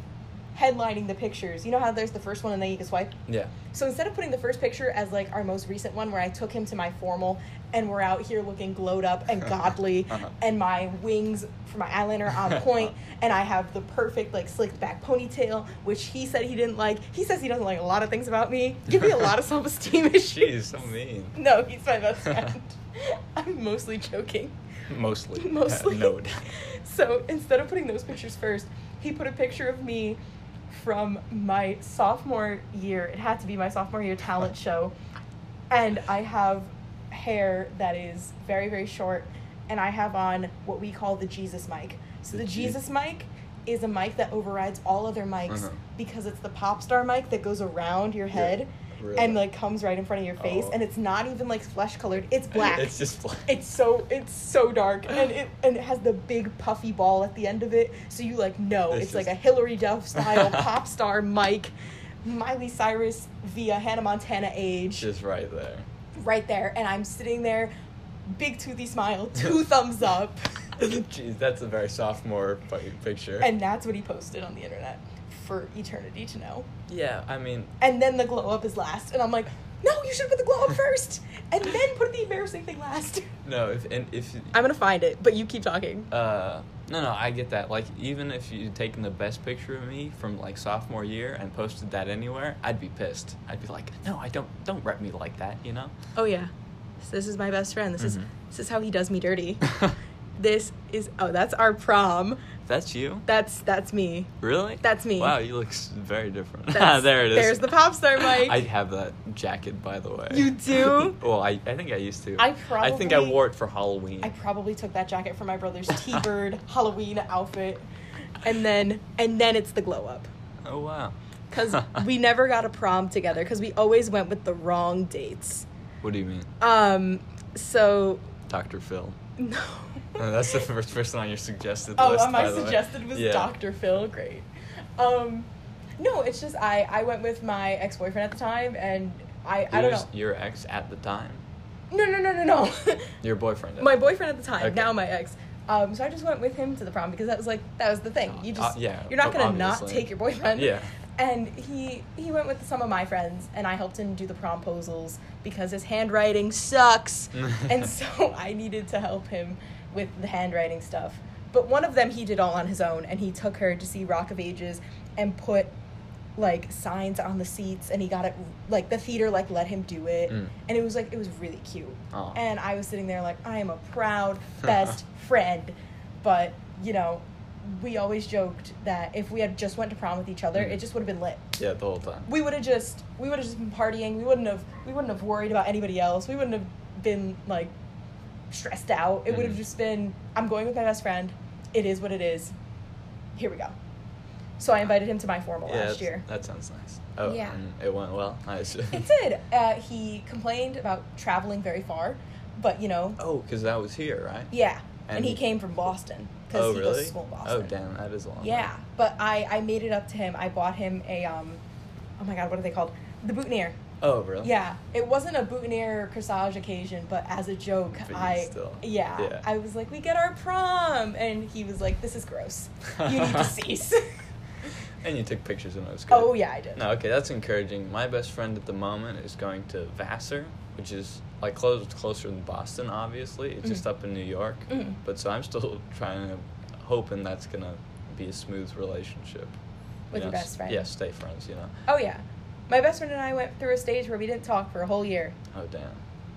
Speaker 1: headlining the pictures. You know how there's the first one and then you can swipe?
Speaker 2: *laughs* Yeah.
Speaker 1: So instead of putting the first picture as like our most recent one where I took him to my formal and we're out here looking glowed up
Speaker 2: *laughs*
Speaker 1: and godly
Speaker 2: Uh-huh.
Speaker 1: and my wings for my eyeliner on
Speaker 2: *laughs*
Speaker 1: point and I have the perfect like slicked back ponytail, which he said he didn't like. He says he doesn't like a lot of things about me. Give me a
Speaker 2: *laughs*
Speaker 1: lot of self esteem
Speaker 2: Jeez,
Speaker 1: issues.
Speaker 2: so
Speaker 1: *laughs*
Speaker 2: mean.
Speaker 1: No, he's my best friend. *laughs* I'm mostly joking. *laughs*
Speaker 2: Mostly. *laughs*
Speaker 1: Mostly.
Speaker 2: Node.
Speaker 1: So instead of putting those pictures first, he put a picture of me from my sophomore year. It had to be my sophomore year
Speaker 2: *laughs*
Speaker 1: talent show. And I have hair that is very, very short. And I have on what we call the Jesus mic. So
Speaker 2: The
Speaker 1: the
Speaker 2: Je-
Speaker 1: Jesus mic is a mic that overrides all other mics
Speaker 2: Uh-huh.
Speaker 1: because it's the pop star mic that goes around your
Speaker 2: Yeah,
Speaker 1: head
Speaker 2: really.
Speaker 1: and like comes right in front of your face
Speaker 2: Oh.
Speaker 1: and it's not even like flesh colored it's black
Speaker 2: It's just black.
Speaker 1: it's so it's so dark, and it and it has the big puffy ball at the end of it. So you like know
Speaker 2: It's
Speaker 1: it's, like a
Speaker 2: just-
Speaker 1: Hillary Duff style *laughs* pop star Mike, Miley Cyrus via Hannah Montana age
Speaker 2: just right there.
Speaker 1: right there, and I'm sitting there, big toothy smile,
Speaker 2: *laughs*
Speaker 1: two thumbs up,
Speaker 2: Jeez, that's a very sophomore pi- picture.
Speaker 1: and that's what he posted on the internet for eternity to know.
Speaker 2: yeah, I mean,
Speaker 1: And then the glow up is last, and I'm like, no, you should put the glow up first, and then put the embarrassing thing last. *laughs*
Speaker 2: no, if and if
Speaker 1: I'm gonna find it, but you keep talking.
Speaker 2: uh no no I get that. Like even if you'd taken the best picture of me from like sophomore year and posted that anywhere, I'd be pissed. I'd be like, "No, I don't don't rep me like that," you know?
Speaker 1: Oh yeah. So this is my best friend. This
Speaker 2: Mhm.
Speaker 1: is this is how he does me
Speaker 2: *laughs*
Speaker 1: dirty. this is oh, that's our prom.
Speaker 2: That's you?
Speaker 1: That's that's me.
Speaker 2: Really?
Speaker 1: That's me.
Speaker 2: Wow, you look s- very different.
Speaker 1: That's-
Speaker 2: *laughs* there it is.
Speaker 1: There's the pop star mic.
Speaker 2: *laughs* I have that jacket, by the way. *laughs*
Speaker 1: You do?
Speaker 2: well, I, I think I used to.
Speaker 1: I
Speaker 2: I think I
Speaker 1: probably-
Speaker 2: wore it for Halloween.
Speaker 1: I probably took that jacket from my
Speaker 2: *laughs*
Speaker 1: brother's T-bird Halloween outfit. And then and then it's the glow up.
Speaker 2: oh wow. *laughs*
Speaker 1: Cuz we never got a prom together cuz we always went with the wrong dates.
Speaker 2: What do you mean,
Speaker 1: Um so *laughs*
Speaker 2: Doctor Phil?
Speaker 1: no.
Speaker 2: Oh, that's the first person on your suggested
Speaker 1: Oh,
Speaker 2: list.
Speaker 1: um,
Speaker 2: by
Speaker 1: I
Speaker 2: the way.
Speaker 1: suggested was
Speaker 2: Yeah.
Speaker 1: Dr. Phil. Great. Um, no, it's just I, I went with my ex boyfriend at the time, and I, I don't
Speaker 2: Who's
Speaker 1: know.
Speaker 2: Your ex at the time,
Speaker 1: No, no, no, no, no.
Speaker 2: *laughs* your boyfriend. at
Speaker 1: my
Speaker 2: the-
Speaker 1: boyfriend at the time,
Speaker 2: Okay.
Speaker 1: now my ex. Um, so I just went with him to the prom because that was like that was the thing. You
Speaker 2: Uh,
Speaker 1: just
Speaker 2: yeah,
Speaker 1: you're not gonna not
Speaker 2: obviously.
Speaker 1: take your boyfriend.
Speaker 2: Yeah.
Speaker 1: And he he went with some of my friends, and I helped him do the promposals because his handwriting sucks, *laughs*
Speaker 2: Mm. *laughs*
Speaker 1: and so I needed to help him with the handwriting stuff. But one of them he did all on his own, and he took her to see Rock of Ages and put like signs on the seats, and he got it like the theater like let him do it,
Speaker 2: Mm.
Speaker 1: and it was like it was really cute.
Speaker 2: Aw.
Speaker 1: And I was sitting there like, I am a
Speaker 2: *laughs*
Speaker 1: proud best friend. But, you know, we always joked that if we had just went to prom with each other,
Speaker 2: Mhm.
Speaker 1: it just would have been lit.
Speaker 2: Yeah, the whole time.
Speaker 1: We would have just we would have just been partying. We wouldn't have we wouldn't have worried about anybody else. We wouldn't have been like stressed out. It would
Speaker 2: Mhm.
Speaker 1: have just been I'm going with my best friend. It is what it is. Here we go. So I invited him to my formal
Speaker 2: yeah,
Speaker 1: last
Speaker 2: that's-
Speaker 1: year.
Speaker 2: That sounds nice. Oh,
Speaker 1: Yeah.
Speaker 2: and it went well. I assume.
Speaker 1: It did. Uh, he complained about traveling very far, but you know,
Speaker 2: Oh, because that was here, right?
Speaker 1: Yeah,
Speaker 2: And
Speaker 1: and,
Speaker 2: he-
Speaker 1: he came from Boston because
Speaker 2: Oh,
Speaker 1: he
Speaker 2: really?
Speaker 1: goes to school in Boston.
Speaker 2: oh, damn, that is a long.
Speaker 1: Yeah, but I I made it up to him. I bought him a um, oh my god, what are they called? The boutonniere.
Speaker 2: way. Oh, really?
Speaker 1: Yeah, it wasn't a boutonniere corsage occasion, but as a joke,
Speaker 2: But you
Speaker 1: I
Speaker 2: still-
Speaker 1: yeah,
Speaker 2: yeah.
Speaker 1: I was like, we get our prom, and he was like, this is gross. You need
Speaker 2: *laughs*
Speaker 1: to cease.
Speaker 2: And you took pictures when I was good.
Speaker 1: oh yeah, I did.
Speaker 2: No, okay, that's encouraging. My best friend at the moment is going to Vassar, which is like close, closer than Boston, obviously. It's just
Speaker 1: Mhm.
Speaker 2: up in New York.
Speaker 1: Mhm.
Speaker 2: But so I'm still trying to, hoping that's going to be a smooth relationship. You
Speaker 1: With your
Speaker 2: know, s-
Speaker 1: best friend?
Speaker 2: Yeah, stay friends, you know.
Speaker 1: Oh yeah, my best friend and I went through a stage where we didn't talk for a whole year.
Speaker 2: Oh, damn.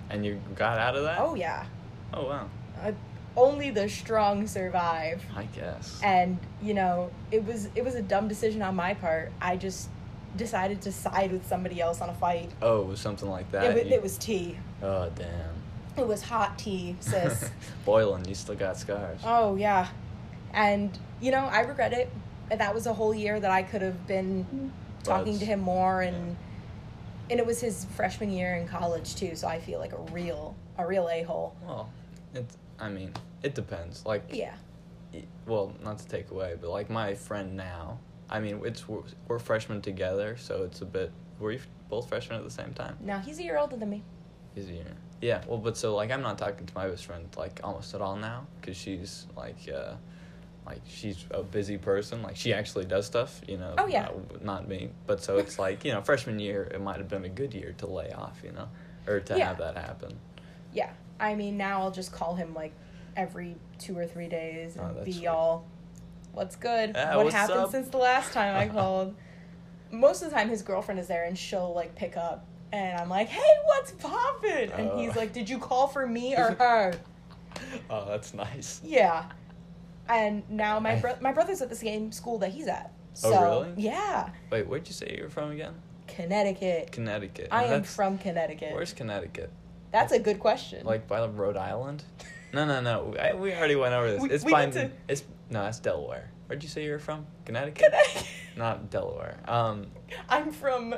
Speaker 2: And you got out of that?
Speaker 1: Oh yeah,
Speaker 2: Oh, wow.
Speaker 1: uh, only the strong survive.
Speaker 2: I guess.
Speaker 1: and you know it was it was a dumb decision on my part i just decided to side with somebody else on a fight
Speaker 2: oh, it was something like that.
Speaker 1: it, wa-
Speaker 2: You-
Speaker 1: it was tea
Speaker 2: Oh, damn.
Speaker 1: it was hot tea
Speaker 2: *laughs*
Speaker 1: sis
Speaker 2: Boiling, you still got scars.
Speaker 1: oh yeah and you know i regret it And that was a whole year that i could have been talking
Speaker 2: Buds.
Speaker 1: to him more and and it was his freshman year in college too so i feel like a real a real a-hole
Speaker 2: Well, it. I mean, it depends. Like,
Speaker 1: yeah
Speaker 2: y- well, not to take away, but like my friend now. I mean, it's we're, we're freshmen together, so it's a bit. Were you f- both freshmen at the same time?
Speaker 1: now he's a year older than me
Speaker 2: Is he? Yeah. Well, but so like I'm not talking to my best friend like almost at all now because she's like uh, Like she's a busy person. Like she actually does stuff. You know.
Speaker 1: Oh, yeah.
Speaker 2: Not, not me, but
Speaker 1: *laughs*
Speaker 2: so it's like you know, freshman year it might have been a good year to lay off. You know, or to
Speaker 1: Yeah.
Speaker 2: have that happen.
Speaker 1: Yeah. I mean, now I'll just call him like every two or three days
Speaker 2: Oh,
Speaker 1: and
Speaker 2: that's
Speaker 1: be
Speaker 2: sweet.
Speaker 1: all, what's good?
Speaker 2: Yeah,
Speaker 1: what
Speaker 2: what's
Speaker 1: happened
Speaker 2: up?"
Speaker 1: since the last time
Speaker 2: *laughs*
Speaker 1: I called? Most of the time, his girlfriend is there and she'll like pick up. And I'm like, hey, what's poppin'? And
Speaker 2: Oh.
Speaker 1: he's like, did you call for me or her?
Speaker 2: Oh, that's nice.
Speaker 1: yeah. And now my bro- my brother's at the same school that he's at.
Speaker 2: Oh,
Speaker 1: So,
Speaker 2: really?
Speaker 1: Yeah.
Speaker 2: Wait, where'd you say you were from again?
Speaker 1: Connecticut.
Speaker 2: Connecticut.
Speaker 1: I am
Speaker 2: That's-
Speaker 1: from Connecticut.
Speaker 2: Where's Connecticut?
Speaker 1: That's a good question. *laughs*
Speaker 2: Like by Rhode Island? No, no, no. I, we already went over this.
Speaker 1: We-
Speaker 2: it's
Speaker 1: we
Speaker 2: by
Speaker 1: need to-
Speaker 2: it's no, that's Delaware. Where'd you say you were from? Connecticut?
Speaker 1: Connecticut.
Speaker 2: Not Delaware. Um,
Speaker 1: *laughs* I'm from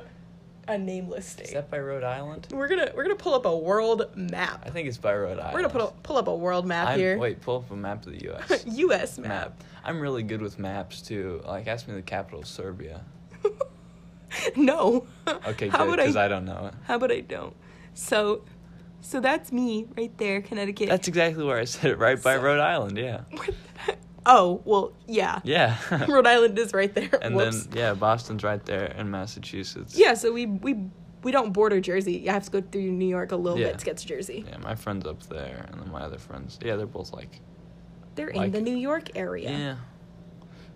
Speaker 1: a nameless
Speaker 2: is
Speaker 1: state.
Speaker 2: that by Rhode Island?
Speaker 1: We're gonna we're gonna pull up a world map.
Speaker 2: I think it's by Rhode Island.
Speaker 1: We're gonna pull pull up a world map *laughs*
Speaker 2: I'm,
Speaker 1: here.
Speaker 2: Wait, pull up a map of the
Speaker 1: *laughs*
Speaker 2: U.S.
Speaker 1: U.S. map.
Speaker 2: map. I'm really good with maps too. Like, ask me the capital of Serbia.
Speaker 1: *laughs* no. *laughs*
Speaker 2: Okay,
Speaker 1: how
Speaker 2: good,
Speaker 1: about
Speaker 2: because
Speaker 1: I,
Speaker 2: I... don't know it.
Speaker 1: How about I don't? So, so that's me right there, Connecticut. *laughs*
Speaker 2: That's exactly where I said it. Right by
Speaker 1: So-
Speaker 2: Rhode
Speaker 1: *laughs*
Speaker 2: Island. Yeah.
Speaker 1: What the heck? oh well, yeah.
Speaker 2: Yeah.
Speaker 1: *laughs* Rhode Island is right there.
Speaker 2: *laughs* and
Speaker 1: Whoops.
Speaker 2: then yeah, Boston's right there, and Massachusetts.
Speaker 1: yeah, so we we we don't border Jersey. I have to go through New York a little
Speaker 2: Yeah.
Speaker 1: bit to get to Jersey.
Speaker 2: Yeah, my friend's up there, and then my other friends. Yeah, they're both like,
Speaker 1: They're in
Speaker 2: Like-
Speaker 1: the New York area.
Speaker 2: yeah.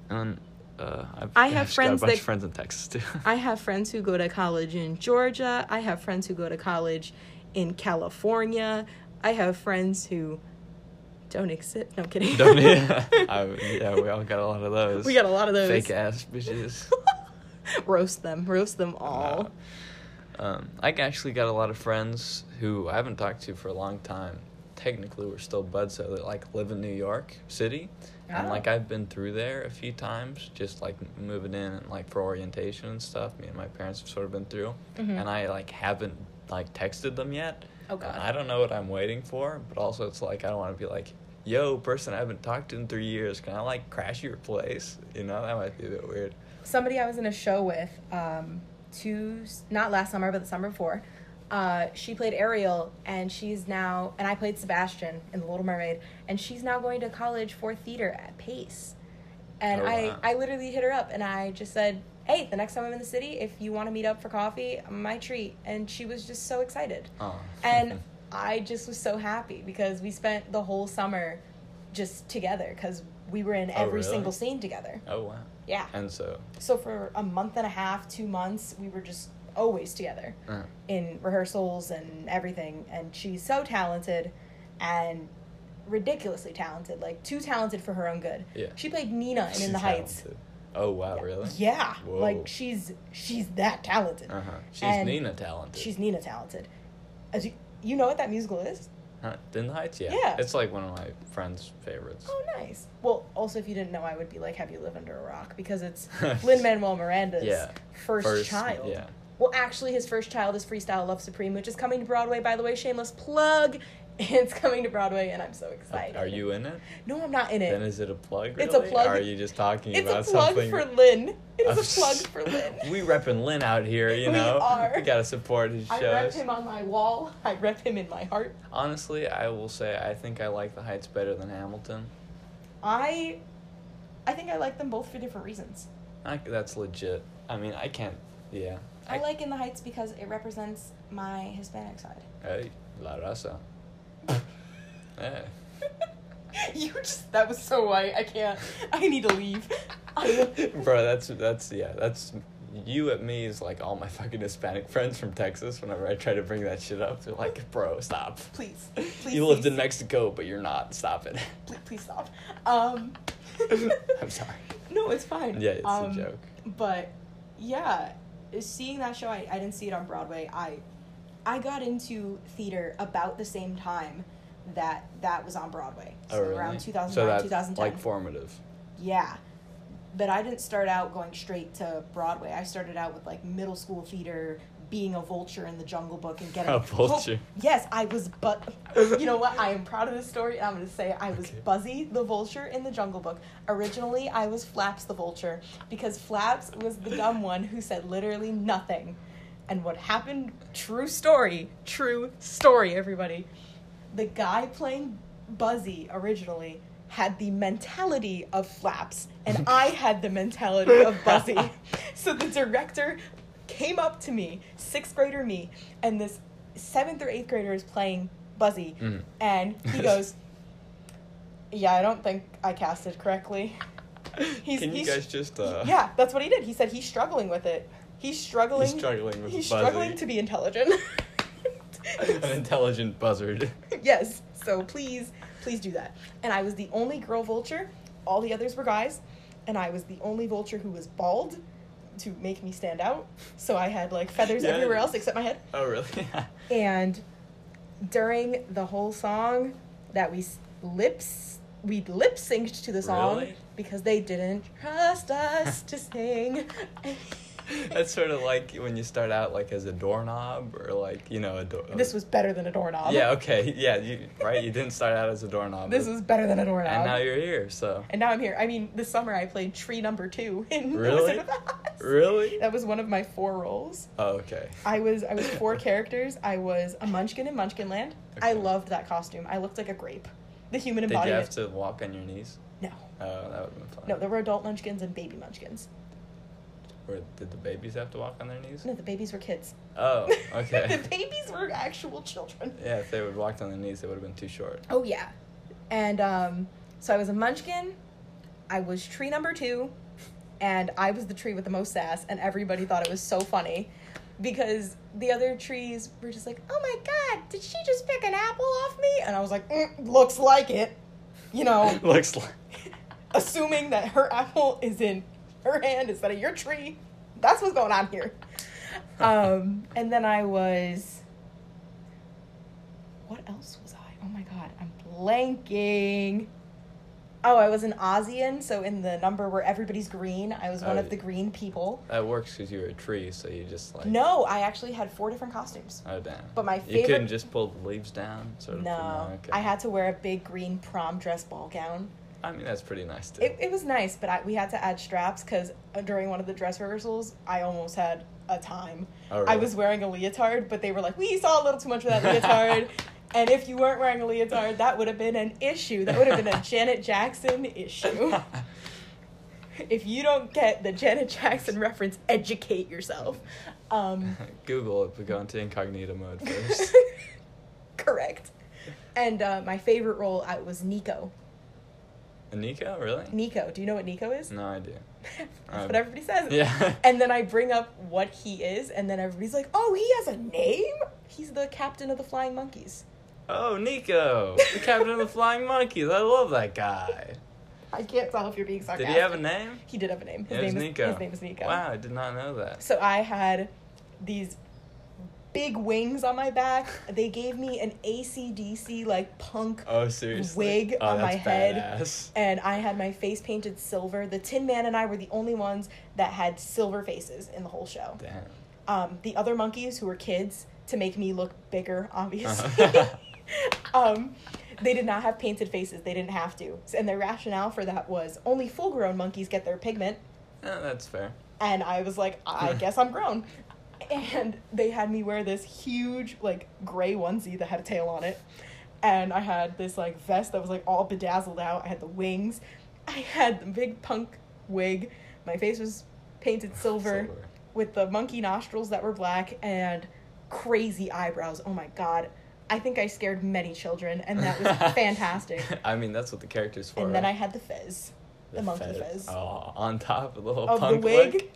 Speaker 2: And then uh, I've,
Speaker 1: I have
Speaker 2: *laughs* just
Speaker 1: friends
Speaker 2: got a bunch
Speaker 1: that-
Speaker 2: of friends in Texas too. *laughs*
Speaker 1: I have friends who go to college in Georgia. I have friends who go to college in California. I have friends who *laughs* don't exist. No, I'm kidding.
Speaker 2: Don't *laughs* yeah. I, yeah, we all got a lot of those.
Speaker 1: We got a lot of those.
Speaker 2: fake ass bitches.
Speaker 1: Roast them. Roast them all.
Speaker 2: Um, I actually got a lot of friends who I haven't talked to for a long time. Technically, we're still buds, so they like live in New York City, and
Speaker 1: Oh.
Speaker 2: like I've been through there a few times, just like moving in and like for orientation and stuff. Me and my parents have sort of been through, and I like haven't like texted them yet.
Speaker 1: Mm-hmm. Oh,
Speaker 2: And
Speaker 1: God.
Speaker 2: I don't know what I'm waiting for, but also it's like I don't want to be like. Yo, person I haven't talked to in three years, can I like crash your place? You know, that might be a bit weird.
Speaker 1: somebody I was in a show with, um, two not last summer but the summer before. Uh, she played Ariel, and she's now, and I played Sebastian in The Little Mermaid, and she's now going to college for theater at Pace. And
Speaker 2: Oh,
Speaker 1: I,
Speaker 2: wow.
Speaker 1: I literally hit her up, and I just said, "Hey, the next time I'm in the city, if you want to meet up for coffee, my treat." And she was just so excited,
Speaker 2: Oh. *laughs*
Speaker 1: and I just was so happy because we spent the whole summer just together because we were in
Speaker 2: Oh,
Speaker 1: every
Speaker 2: really?
Speaker 1: single scene together.
Speaker 2: oh wow.
Speaker 1: Yeah.
Speaker 2: And so
Speaker 1: So for a month and a half, two months, we were just always together
Speaker 2: uh,
Speaker 1: in rehearsals and everything. And she's so talented and ridiculously talented, like too talented for her own good.
Speaker 2: Yeah.
Speaker 1: She played Nina in In the
Speaker 2: She's
Speaker 1: Heights.
Speaker 2: talented. Oh wow, really?
Speaker 1: Yeah.
Speaker 2: Whoa.
Speaker 1: Like she's she's that talented.
Speaker 2: Uh huh. She's
Speaker 1: And
Speaker 2: Nina talented.
Speaker 1: She's Nina talented. As you, you know what that musical is?
Speaker 2: huh? in the Heights. Yeah.
Speaker 1: Yeah.
Speaker 2: It's like one of my friends' favorites.
Speaker 1: Oh, nice. Well, also if you didn't know, I would be like, "Have you lived under a rock?" Because
Speaker 2: *laughs*
Speaker 1: it's Lin Manuel Miranda's
Speaker 2: Yeah.
Speaker 1: first, child.
Speaker 2: Yeah.
Speaker 1: Well, actually, his first child is Freestyle Love Supreme, which is coming to Broadway, by the way. Shameless plug. *laughs* It's coming to Broadway, and I'm so excited.
Speaker 2: Are you in it?
Speaker 1: No, I'm not in
Speaker 2: Then
Speaker 1: it.
Speaker 2: is it a plug? Really?
Speaker 1: It's a plug.
Speaker 2: Or are you just talking
Speaker 1: It's
Speaker 2: about
Speaker 1: a plug
Speaker 2: something? Oh,
Speaker 1: for Lynn. It is
Speaker 2: *laughs*
Speaker 1: a plug for Lynn.
Speaker 2: we repping Lynn out here,
Speaker 1: *laughs*
Speaker 2: you
Speaker 1: We
Speaker 2: know.
Speaker 1: are.
Speaker 2: We gotta support his
Speaker 1: I rep
Speaker 2: shows.
Speaker 1: him on my wall. I rep him in my heart.
Speaker 2: Honestly, I will say I think I like the Heights better than Hamilton.
Speaker 1: I, I think I like them both for different reasons.
Speaker 2: I, that's legit. I mean, I can't. Yeah.
Speaker 1: I like In the Heights because it represents my Hispanic side.
Speaker 2: Hey, La Raza. yeah.
Speaker 1: *laughs* you just that was so white. I can't. I need to leave. *laughs* I,
Speaker 2: *laughs* Bro, that's that's yeah, that's you at me is like all my fucking Hispanic friends from Texas. Whenever I try to bring that shit up, they're like, "Bro, stop."
Speaker 1: please, please.
Speaker 2: you lived
Speaker 1: please,
Speaker 2: in Mexico, but you're not. Stop it.
Speaker 1: Please, please stop. Um,
Speaker 2: *laughs* I'm sorry.
Speaker 1: No, it's fine.
Speaker 2: Yeah, it's
Speaker 1: Um,
Speaker 2: a joke.
Speaker 1: But yeah, seeing that show, I, I didn't see it on Broadway. I I got into theater about the same time that that was on Broadway. So
Speaker 2: oh, really?
Speaker 1: around
Speaker 2: so
Speaker 1: 2009,
Speaker 2: that's
Speaker 1: 2010.
Speaker 2: like formative.
Speaker 1: yeah. But I didn't start out going straight to Broadway. I started out with like middle school theater, being a vulture in the Jungle Book, and getting
Speaker 2: A vulture.
Speaker 1: yes, I was. But you know what? I am proud of this story, and I'm going to say I was
Speaker 2: Okay.
Speaker 1: Buzzy the vulture in the Jungle Book. Originally, I was Flaps the vulture because Flaps was the dumb one who said literally nothing. And what happened? True story. True story. Everybody the guy playing Buzzy originally, had the mentality of Flaps,
Speaker 2: *laughs*
Speaker 1: and I had the mentality of Buzzy. *laughs* so the director came up to me, sixth grader me, and this seventh or eighth grader is playing Buzzy,
Speaker 2: Mhm.
Speaker 1: and
Speaker 2: *laughs*
Speaker 1: he goes, "Yeah, I don't think I cast it correctly." He's-
Speaker 2: Can you
Speaker 1: he's-
Speaker 2: guys just uh,
Speaker 1: *laughs* yeah, that's what he did. He said he's struggling with it. He's struggling.
Speaker 2: He's struggling with
Speaker 1: He's
Speaker 2: Buzzy.
Speaker 1: struggling to be intelligent.
Speaker 2: *laughs*
Speaker 1: *laughs*
Speaker 2: an intelligent buzzard. *laughs*
Speaker 1: yes. So please, please do that. And I was the only girl vulture. All the others were guys, and I was the only vulture who was bald to make me stand out. So I had like feathers
Speaker 2: Yeah.
Speaker 1: everywhere else except my head.
Speaker 2: Oh really? *laughs*
Speaker 1: And during the whole song that we s- lips we lip synced to the song
Speaker 2: Really?
Speaker 1: because they didn't trust us to sing.
Speaker 2: *laughs* That's sort of like when you start out like as a doorknob or like you know a door.
Speaker 1: This was better than a doorknob.
Speaker 2: Yeah. Okay. Yeah. You right. You didn't start out as a doorknob.
Speaker 1: This was better than a doorknob.
Speaker 2: And now you're here. So.
Speaker 1: And now I'm here. I mean, this summer I played tree number two *laughs* in The
Speaker 2: Really?
Speaker 1: Wizard of Oz.
Speaker 2: Really?
Speaker 1: That was one of my four roles.
Speaker 2: Oh, okay.
Speaker 1: I was I was
Speaker 2: *laughs*
Speaker 1: four characters. I was a Munchkin in Munchkinland. I
Speaker 2: Okay.
Speaker 1: loved that costume. I looked like a grape, the human
Speaker 2: Did you have
Speaker 1: embodiment.
Speaker 2: to walk on your knees?
Speaker 1: No,
Speaker 2: Oh, that would have been fun.
Speaker 1: no, there were adult Munchkins and baby Munchkins.
Speaker 2: Or did the babies have to walk on their knees?
Speaker 1: No, the babies were kids. *laughs*
Speaker 2: Oh, okay.
Speaker 1: the babies were actual children.
Speaker 2: yeah, if they would walked on their knees, they would have been too short.
Speaker 1: Oh yeah. And um, so I was a munchkin. I was tree number two, and I was the tree with the most sass, and everybody thought it was so funny because the other trees were just like, "Oh my god, did she just pick an apple off me?" And I was like, mm, "Looks like it," you
Speaker 2: *laughs*
Speaker 1: know, *laughs*
Speaker 2: Looks like.
Speaker 1: assuming that her apple is in her hand instead of your tree. That's what's going on
Speaker 2: *laughs*
Speaker 1: here. Um, and then I was. What else was I? Oh my god, I'm blanking. Oh, I was an Ozian, so in the number where everybody's green, I was one
Speaker 2: Oh,
Speaker 1: of the
Speaker 2: yeah.
Speaker 1: green people.
Speaker 2: That works because you were a tree, so you just like.
Speaker 1: No, I actually had four different costumes.
Speaker 2: Oh damn.
Speaker 1: But my
Speaker 2: You couldn't
Speaker 1: favorite-
Speaker 2: just pull the leaves down, sort of.
Speaker 1: No,
Speaker 2: Oh, okay.
Speaker 1: I had to wear a big green prom dress ball gown.
Speaker 2: I mean, that's pretty nice too.
Speaker 1: It, it was nice, but I, we had to add straps because during one of the dress rehearsals, I almost had a time.
Speaker 2: Oh,
Speaker 1: I
Speaker 2: really?
Speaker 1: was wearing a leotard, but they were like, "We saw a little too much of that leotard."
Speaker 2: *laughs*
Speaker 1: And if you weren't wearing a leotard, that would have been an issue. That would have been a Janet Jackson
Speaker 2: *laughs*
Speaker 1: issue. if you don't get the Janet Jackson reference, educate yourself. Um,
Speaker 2: Google it, but go into incognito
Speaker 1: *laughs*
Speaker 2: mode first.
Speaker 1: correct. And uh, my favorite role uh, was Nico.
Speaker 2: Anika, really?
Speaker 1: Nico, do you know what Nico is?
Speaker 2: No idea.
Speaker 1: *laughs* That's
Speaker 2: Um,
Speaker 1: what everybody says.
Speaker 2: Yeah.
Speaker 1: And then I bring up what he is, and then everybody's like, "Oh, he has a name? He's the captain of the flying monkeys."
Speaker 2: Oh, Nico, the captain of the flying monkeys. I love that guy.
Speaker 1: I can't tell if you're being sarcastic.
Speaker 2: Did he have a name?
Speaker 1: He did have a name. His
Speaker 2: it was
Speaker 1: name is
Speaker 2: Nico.
Speaker 1: His name is Nico.
Speaker 2: Wow, I did not know that.
Speaker 1: So I had these big wings on my back. They gave me an ACDC like punk,
Speaker 2: Oh, seriously.
Speaker 1: Wig
Speaker 2: oh,
Speaker 1: on my
Speaker 2: that's
Speaker 1: head.
Speaker 2: Badass.
Speaker 1: and I had my face painted silver. The Tin Man and I were the only ones that had silver faces in the whole show.
Speaker 2: Damn.
Speaker 1: um, the other monkeys who were kids to make me look bigger, obviously.
Speaker 2: Uh-huh. *laughs*
Speaker 1: *laughs* um, they did not have painted faces. They didn't have to. And their rationale for that was only full grown monkeys get their pigment.
Speaker 2: Yeah, that's fair.
Speaker 1: And I was like,
Speaker 2: *laughs*
Speaker 1: I guess I'm grown. And they had me wear this huge, like, gray onesie that had a tail on it. And I had this, like, vest that was, like, all bedazzled out. I had the wings. I had the big punk wig. My face was
Speaker 2: *laughs*
Speaker 1: painted silver
Speaker 2: Silver.
Speaker 1: with the monkey nostrils that were black and crazy eyebrows. Oh my god. I think I scared many children, and that was
Speaker 2: *laughs*
Speaker 1: fantastic.
Speaker 2: I mean, that's what the character's for.
Speaker 1: and then I
Speaker 2: right?
Speaker 1: had the fez, the, monkey fez.
Speaker 2: Oh, on top of the little
Speaker 1: of the
Speaker 2: punk
Speaker 1: wig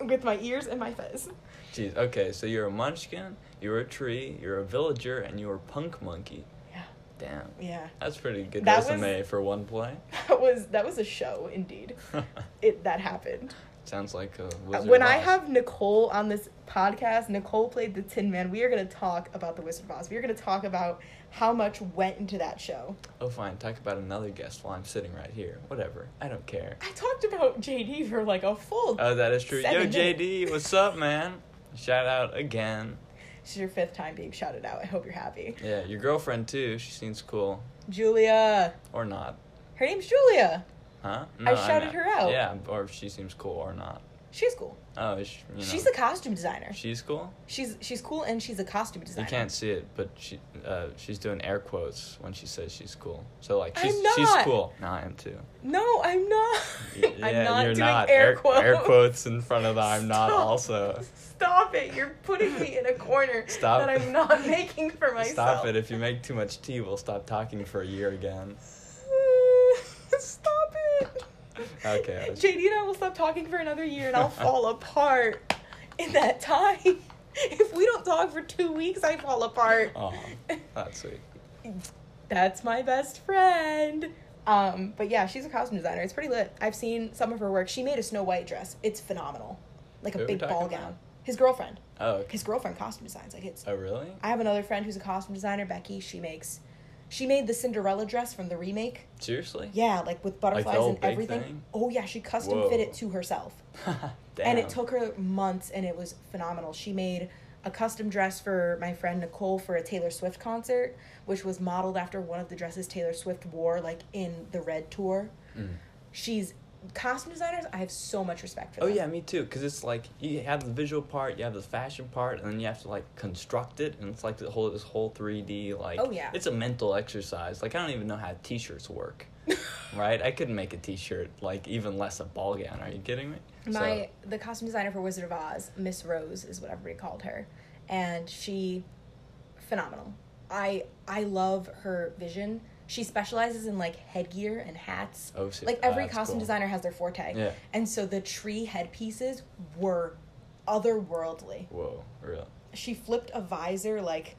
Speaker 2: look?
Speaker 1: with my ears and my fez.
Speaker 2: Jeez. Okay, so you're a munchkin, you're a tree, you're a villager, and you're a punk monkey.
Speaker 1: Yeah.
Speaker 2: Damn.
Speaker 1: Yeah. *laughs*
Speaker 2: That's pretty good
Speaker 1: That
Speaker 2: resume for one play. *laughs*
Speaker 1: That was that was a show indeed. It that happened.
Speaker 2: Sounds like a wizard.
Speaker 1: Uh, when
Speaker 2: of
Speaker 1: I
Speaker 2: Oz.
Speaker 1: have Nicole on this podcast, Nicole played the Tin Man. We are going to talk about the Wizard of Oz. We are going to talk about how much went into that show.
Speaker 2: Oh, fine. Talk about another guest while I'm sitting right here. Whatever. I don't care.
Speaker 1: I talked about JD for like a full.
Speaker 2: Oh, that is true.
Speaker 1: Seven
Speaker 2: Yo, JD, what's up, man? Shout out again.
Speaker 1: This is your fifth time being shouted out. I hope you're happy.
Speaker 2: Yeah, your girlfriend too. She seems cool,
Speaker 1: Julia.
Speaker 2: or not?
Speaker 1: Her name's Julia.
Speaker 2: Huh?
Speaker 1: shouted
Speaker 2: meant-
Speaker 1: her out.
Speaker 2: Yeah, or if she seems cool or not.
Speaker 1: She's cool.
Speaker 2: Oh, is she, you know,
Speaker 1: She's a costume designer.
Speaker 2: she's cool.
Speaker 1: She's she's cool and she's a costume
Speaker 2: You
Speaker 1: designer.
Speaker 2: can't see it, but she uh, she's doing air quotes when she says she's cool. So like
Speaker 1: I'm
Speaker 2: she's she's
Speaker 1: not.
Speaker 2: cool. No, I am
Speaker 1: *laughs*
Speaker 2: too.
Speaker 1: No, I'm not.
Speaker 2: Y-
Speaker 1: *laughs* I'm
Speaker 2: yeah,
Speaker 1: not
Speaker 2: you're
Speaker 1: doing
Speaker 2: not.
Speaker 1: air quotes.
Speaker 2: Air quotes in front of the I'm not
Speaker 1: Stop.
Speaker 2: also.
Speaker 1: Stop it. You're putting me in a corner
Speaker 2: Stop.
Speaker 1: that I'm not making for myself.
Speaker 2: Stop it. If you make too much tea, we'll stop talking for a year again.
Speaker 1: *laughs* stop it.
Speaker 2: Okay,
Speaker 1: *laughs*
Speaker 2: I was-
Speaker 1: JD and I will stop talking for another year and I'll
Speaker 2: *laughs*
Speaker 1: fall apart in that time. *laughs* If we don't talk for two weeks, I fall apart.
Speaker 2: Oh, that's sweet.
Speaker 1: *laughs* That's my best friend. Um, but yeah, she's a costume designer. It's pretty lit. I've seen some of her work. She made a Snow White dress. It's phenomenal. Like a
Speaker 2: Who are we
Speaker 1: big
Speaker 2: talking
Speaker 1: ball
Speaker 2: about?
Speaker 1: gown. His girlfriend.
Speaker 2: Oh, okay.
Speaker 1: His girlfriend costume designs like it's
Speaker 2: oh really?
Speaker 1: I have another friend who's a costume designer, Becky. She makes, she made the Cinderella dress from the remake.
Speaker 2: Seriously?
Speaker 1: Yeah, like with butterflies
Speaker 2: old
Speaker 1: and
Speaker 2: big
Speaker 1: everything.
Speaker 2: thing?
Speaker 1: Oh yeah, she custom
Speaker 2: Whoa.
Speaker 1: fit it to herself,
Speaker 2: *laughs* Damn.
Speaker 1: and it took her months, and it was phenomenal. She made a custom dress for my friend Nicole for a Taylor Swift concert, which was modeled after one of the dresses Taylor Swift wore, like in the Red tour.
Speaker 2: Mm.
Speaker 1: She's costume designers. I have so much respect for.
Speaker 2: Oh
Speaker 1: them.
Speaker 2: yeah, me too. Cause it's like you have the visual part, you have the fashion part, and then you have to like construct it, and it's like the whole this whole three D like.
Speaker 1: Oh, yeah.
Speaker 2: It's a mental exercise. Like I don't even know how T-shirts work,
Speaker 1: *laughs*
Speaker 2: right? I couldn't make a T-shirt like even less a ball gown. Are you kidding me?
Speaker 1: My the costume designer for Wizard of Oz, Miss Rose is what everybody called her, and she phenomenal. I I love her vision. She specializes in like headgear and hats.
Speaker 2: Oh, shit.
Speaker 1: Like
Speaker 2: Oh,
Speaker 1: every
Speaker 2: that's
Speaker 1: costume
Speaker 2: cool.
Speaker 1: designer has their forte.
Speaker 2: Yeah.
Speaker 1: And so the tree headpieces were otherworldly.
Speaker 2: So, whoa, real.
Speaker 1: She flipped a visor like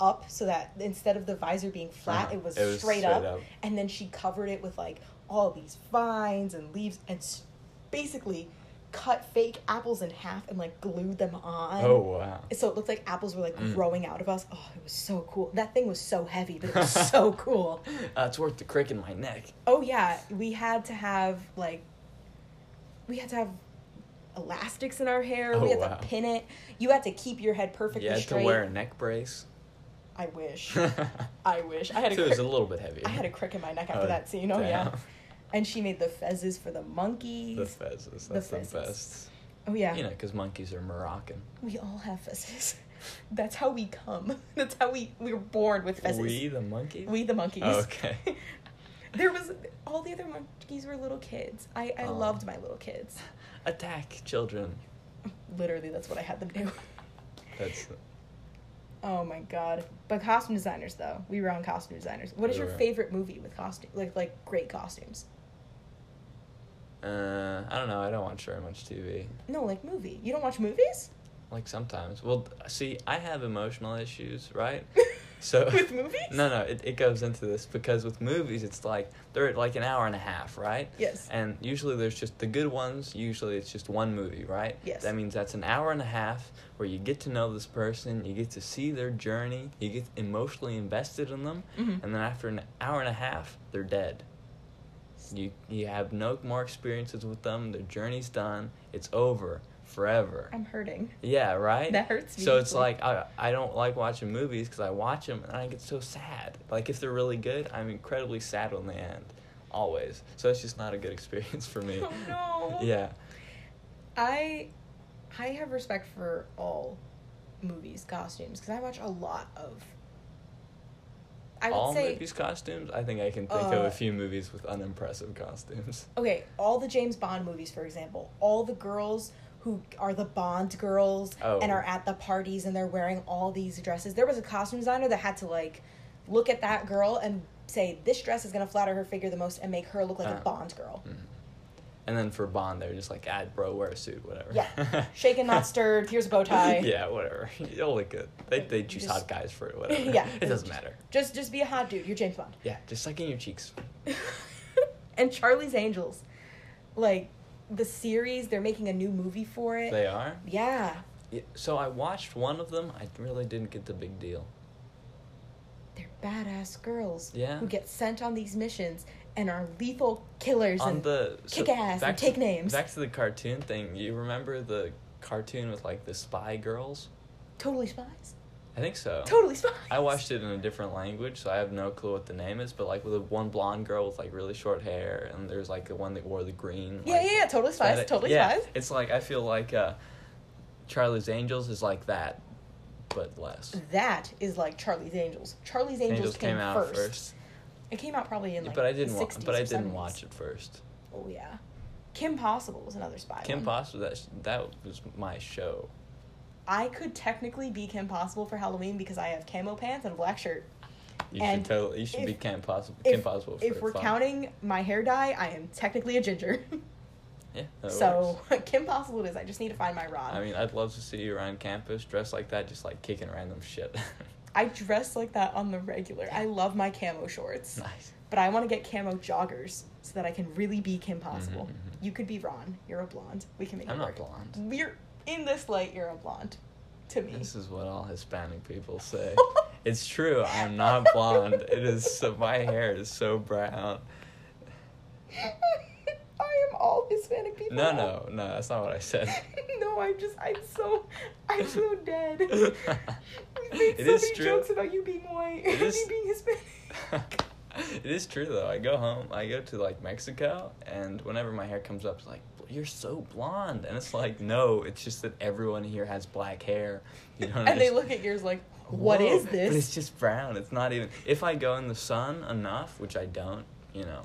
Speaker 1: up so that instead of the visor being flat,
Speaker 2: Uh-huh.
Speaker 1: it, was
Speaker 2: It was
Speaker 1: straight,
Speaker 2: straight
Speaker 1: up,
Speaker 2: up.
Speaker 1: And then she covered it with like all these vines and leaves and s- basically cut fake apples in half and like glued them on.
Speaker 2: Oh wow. Mm.
Speaker 1: So it looked like apples were like growing out of us. Oh, it was so cool. That thing was so heavy,
Speaker 2: *laughs*
Speaker 1: but it was so cool.
Speaker 2: Uh, it's worth the crick in my neck.
Speaker 1: Oh yeah, we had to have like we had to have elastics in our hair.
Speaker 2: Oh,
Speaker 1: we had
Speaker 2: wow.
Speaker 1: to pin it. You had to keep your head perfectly
Speaker 2: You had
Speaker 1: straight.
Speaker 2: to wear a neck brace.
Speaker 1: I
Speaker 2: *laughs*
Speaker 1: wish.
Speaker 2: so
Speaker 1: I wish. I had a
Speaker 2: it was
Speaker 1: crick-
Speaker 2: a little bit heavier.
Speaker 1: I had a crick in my neck after
Speaker 2: Oh,
Speaker 1: that scene. Oh yeah.
Speaker 2: damn.
Speaker 1: And she made the fezzes for the *laughs* monkeys.
Speaker 2: The fezzes.
Speaker 1: The
Speaker 2: That's the,
Speaker 1: fezzes.
Speaker 2: best.
Speaker 1: oh yeah.
Speaker 2: You know, because monkeys are Moroccan.
Speaker 1: We all have fezzes. *laughs* That's how we come. *laughs* That's how we we were born with fezzes.
Speaker 2: We the monkeys.
Speaker 1: We the monkeys.
Speaker 2: Oh, okay.
Speaker 1: *laughs*
Speaker 2: *laughs*
Speaker 1: there was all the other monkeys were little kids. I I
Speaker 2: Oh.
Speaker 1: loved my little kids. *laughs*
Speaker 2: Attack children.
Speaker 1: Literally, that's what I had them do. *laughs*
Speaker 2: That's
Speaker 1: Oh my god! But costume designers, though, we were on costume designers. What is
Speaker 2: We
Speaker 1: your
Speaker 2: were.
Speaker 1: favorite movie with costume, like like great costumes?
Speaker 2: Uh, I don't know. I don't watch very much TV.
Speaker 1: No, like movie. You don't watch movies? *laughs*
Speaker 2: Like sometimes. Well, th- see, I have emotional issues, right? So *laughs*
Speaker 1: with movies?
Speaker 2: No, no. It it goes into this because with movies, it's like they're like an hour and a half, right?
Speaker 1: Yes.
Speaker 2: And usually there's just the good ones. Usually it's just one movie, right?
Speaker 1: Yes.
Speaker 2: That means that's an hour and a half where you get to know this person, you get to see their journey, you get emotionally invested in them,
Speaker 1: Mhm.
Speaker 2: and then after an hour and a half, they're dead. You you have no more experiences with them. Their journey's done. It's over forever.
Speaker 1: I'm hurting.
Speaker 2: Yeah, right.
Speaker 1: That hurts me
Speaker 2: So it's
Speaker 1: deeply.
Speaker 2: like I I don't like watching movies because I watch them and I get so sad. Like if they're really good, I'm incredibly sad when they end, always. So it's just not a good *laughs* experience for me.
Speaker 1: Oh, no.
Speaker 2: yeah.
Speaker 1: I I have respect for all movies costumes because I watch a lot of. I would
Speaker 2: All
Speaker 1: say
Speaker 2: movies costumes. I think I can think of
Speaker 1: Uh, Oh.
Speaker 2: a few movies with unimpressive costumes.
Speaker 1: okay, all the James Bond movies, for example, all the girls who are the Bond girls
Speaker 2: Oh.
Speaker 1: and are at the parties and they're wearing all these dresses. There was a costume designer that had to like look at that girl and say this dress is going to flatter her figure the most and make her look like a
Speaker 2: Ah.
Speaker 1: Bond girl.
Speaker 2: And then for Bond, they're just like, ah, bro, wear a suit, whatever. *laughs*
Speaker 1: Yeah. Shaken not stirred, here's a bow tie.
Speaker 2: yeah, whatever. *laughs* You'll look good. They they choose
Speaker 1: Just-
Speaker 2: hot guys for it, whatever.
Speaker 1: *laughs* Yeah.
Speaker 2: It doesn't matter.
Speaker 1: Just just be a hot dude, you're James Bond.
Speaker 2: Yeah, just like in your cheeks.
Speaker 1: *laughs* and Charlie's Angels. Like the series, they're making a new movie for it.
Speaker 2: They are.
Speaker 1: yeah.
Speaker 2: Yeah, So I watched one of them. I really didn't get the big deal.
Speaker 1: They're badass girls
Speaker 2: Yeah.
Speaker 1: who get sent on these missions and are lethal killers
Speaker 2: on
Speaker 1: and
Speaker 2: the
Speaker 1: kick ass
Speaker 2: back
Speaker 1: and
Speaker 2: to-
Speaker 1: take names.
Speaker 2: Back to the cartoon thing. You remember the cartoon with like the spy girls?
Speaker 1: totally spies.
Speaker 2: I think so.
Speaker 1: Totally spies.
Speaker 2: I watched it in a different language, so I have no clue what the name is. But like with the one blonde girl with like really short hair, and there's like the one that wore the green.
Speaker 1: Yeah,
Speaker 2: like,
Speaker 1: yeah, yeah. Totally spies.
Speaker 2: aesthetic.
Speaker 1: Totally
Speaker 2: yeah,
Speaker 1: spies.
Speaker 2: It's like I feel like uh, Charlie's Angels is like that, but less.
Speaker 1: That is like Charlie's Angels. Charlie's Angels, came,
Speaker 2: out
Speaker 1: first.
Speaker 2: first,
Speaker 1: It came out probably in like
Speaker 2: but I didn't.
Speaker 1: the
Speaker 2: Wa-
Speaker 1: 60s
Speaker 2: but I
Speaker 1: or
Speaker 2: didn't
Speaker 1: 70s.
Speaker 2: watch it first.
Speaker 1: Oh yeah, Kim Possible was another spy.
Speaker 2: Kim
Speaker 1: one.
Speaker 2: Possible. That sh- that was my show.
Speaker 1: I could technically be Kim Possible for Halloween because I have camo pants and a black shirt.
Speaker 2: You
Speaker 1: And
Speaker 2: should totally. You should be
Speaker 1: if-
Speaker 2: Kim Possible.
Speaker 1: If,
Speaker 2: Kim Possible. For
Speaker 1: if we're
Speaker 2: fun.
Speaker 1: counting my hair dye, I am technically a ginger. *laughs*
Speaker 2: Yeah. that
Speaker 1: so *laughs*
Speaker 2: works.
Speaker 1: Kim Possible it is. I just need to find my rod.
Speaker 2: I mean, I'd love to see you around campus dressed like that, just like kicking random shit. *laughs*
Speaker 1: I dress like that on the regular. I love my camo shorts,
Speaker 2: nice.
Speaker 1: but I want to get camo joggers so that I can really be Kim Possible.
Speaker 2: Mhm, mhm.
Speaker 1: You could be Ron. You're a blonde. We can make
Speaker 2: I'm
Speaker 1: it
Speaker 2: not
Speaker 1: work.
Speaker 2: blonde.
Speaker 1: You're in this light. You're a blonde, to me.
Speaker 2: This is what all Hispanic
Speaker 1: *laughs*
Speaker 2: people say. it's true. I'm not blonde. It is so, my hair is so brown.
Speaker 1: *laughs* I am all Hispanic people.
Speaker 2: No, no, no. That's not what I said.
Speaker 1: *laughs* no, I'm just. I'm so. I'm so
Speaker 2: *laughs*
Speaker 1: dead. We've made
Speaker 2: It
Speaker 1: so
Speaker 2: is
Speaker 1: many
Speaker 2: true.
Speaker 1: jokes about you being white *laughs*
Speaker 2: It
Speaker 1: and
Speaker 2: is-
Speaker 1: me being Hispanic.
Speaker 2: *laughs* it is true though. I go home. I go to like Mexico, and whenever my hair comes up, it's like you're so blonde, and it's like no. It's just that everyone here has black hair. You know.
Speaker 1: *laughs* and they
Speaker 2: just-
Speaker 1: look at yours like, what is
Speaker 2: *laughs* Whoa,
Speaker 1: this?
Speaker 2: But it's just brown. It's not even. If I go in the sun enough, which I don't, you know,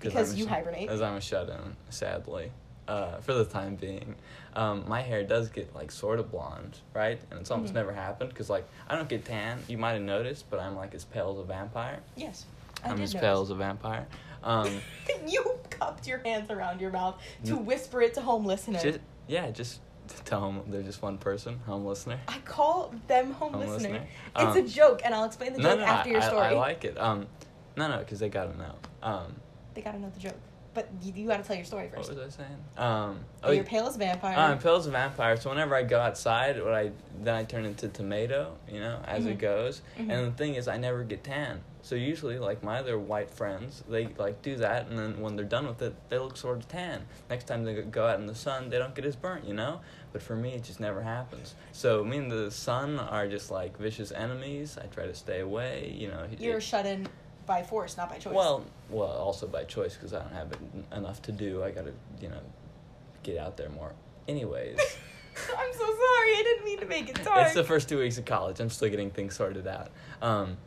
Speaker 1: Because
Speaker 2: I'm a
Speaker 1: you
Speaker 2: sh-
Speaker 1: hibernate.
Speaker 2: Because I'm a shut in, sadly, uh, for the time being. Um, my hair does get like sort of blonde, right? And it's almost
Speaker 1: Mhm.
Speaker 2: never happened because like I don't get tan. You might have noticed, but I'm like as pale as a vampire.
Speaker 1: Yes. I
Speaker 2: I'm
Speaker 1: did
Speaker 2: as
Speaker 1: notice.
Speaker 2: pale as
Speaker 1: *laughs*
Speaker 2: a vampire. Um,
Speaker 1: you cupped your hands around your mouth to
Speaker 2: Mm.
Speaker 1: whisper it *laughs* to home listeners.
Speaker 2: just, yeah, just to home. There's just one person, home listener.
Speaker 1: I call them home,
Speaker 2: Home
Speaker 1: listener.
Speaker 2: listener?
Speaker 1: It's
Speaker 2: Um,
Speaker 1: a joke, and I'll explain the
Speaker 2: No,
Speaker 1: joke
Speaker 2: no,
Speaker 1: after
Speaker 2: I,
Speaker 1: your
Speaker 2: I-
Speaker 1: story.
Speaker 2: I, like it. Um, no, no, because they gotta know. Um,
Speaker 1: They gotta know the joke, but you, you gotta tell your story
Speaker 2: What
Speaker 1: first.
Speaker 2: was I saying? Um,
Speaker 1: Oh,
Speaker 2: yeah.
Speaker 1: you're pale as a vampire.
Speaker 2: Ah, I'm pale as a vampire. So whenever I go outside, what I then I turn into tomato, you know, as it
Speaker 1: Mhm.
Speaker 2: goes.
Speaker 1: Mhm.
Speaker 2: And the thing is, I never get tan. So usually, like my other white friends, they like do that, and then when they're done with it, they look sort of tan. Next time they go out in the sun, they don't get as burnt, you know. But for me, it just never happens. So me and the sun are just like vicious enemies. I try to stay away, you know.
Speaker 1: You're
Speaker 2: it-
Speaker 1: shut in by force, not by choice. *laughs*
Speaker 2: well, well, also by choice because I don't have en- enough to do. I gotta, you know, get out there more.
Speaker 1: *laughs*
Speaker 2: Anyways,
Speaker 1: I'm so sorry. I didn't mean to make it dark.
Speaker 2: it's the first two weeks of college. I'm still getting things sorted out. Um,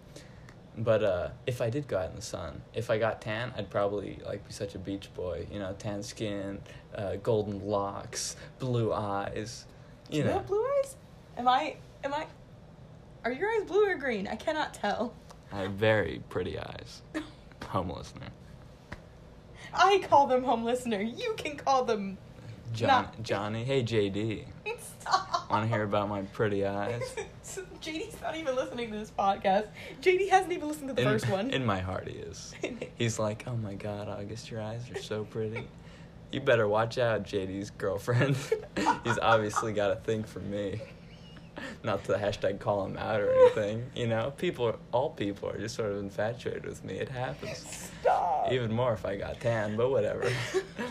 Speaker 2: but uh, if I did go out in the sun, if I got tan, I'd probably like be such a beach boy. You know, tan skin, uh, golden locks, blue eyes.
Speaker 1: Do
Speaker 2: You
Speaker 1: you
Speaker 2: know,
Speaker 1: have blue eyes? Am I? Am I? Are your eyes blue or green? I cannot tell. *laughs*
Speaker 2: I have very pretty eyes. Home
Speaker 1: *laughs*
Speaker 2: listener,
Speaker 1: I call them home listener. You can call them. *laughs*
Speaker 2: John,
Speaker 1: Not-
Speaker 2: Johnny. Hey JD,
Speaker 1: Stop.
Speaker 2: want to hear about my
Speaker 1: *laughs*
Speaker 2: pretty eyes?
Speaker 1: JD's not even listening to this podcast. JD hasn't even listened to the
Speaker 2: in,
Speaker 1: first one. *laughs*
Speaker 2: In my heart, he is. He's like, oh my god, August, your eyes are so pretty. *laughs* You better watch out, JD's girlfriend. *laughs* He's obviously got a thing for me. *laughs* Not to hashtag call him out or anything. You know, people, all people are just sort of infatuated with me. It happens.
Speaker 1: Stop.
Speaker 2: Even more if I got tan,
Speaker 1: *laughs*
Speaker 2: but whatever.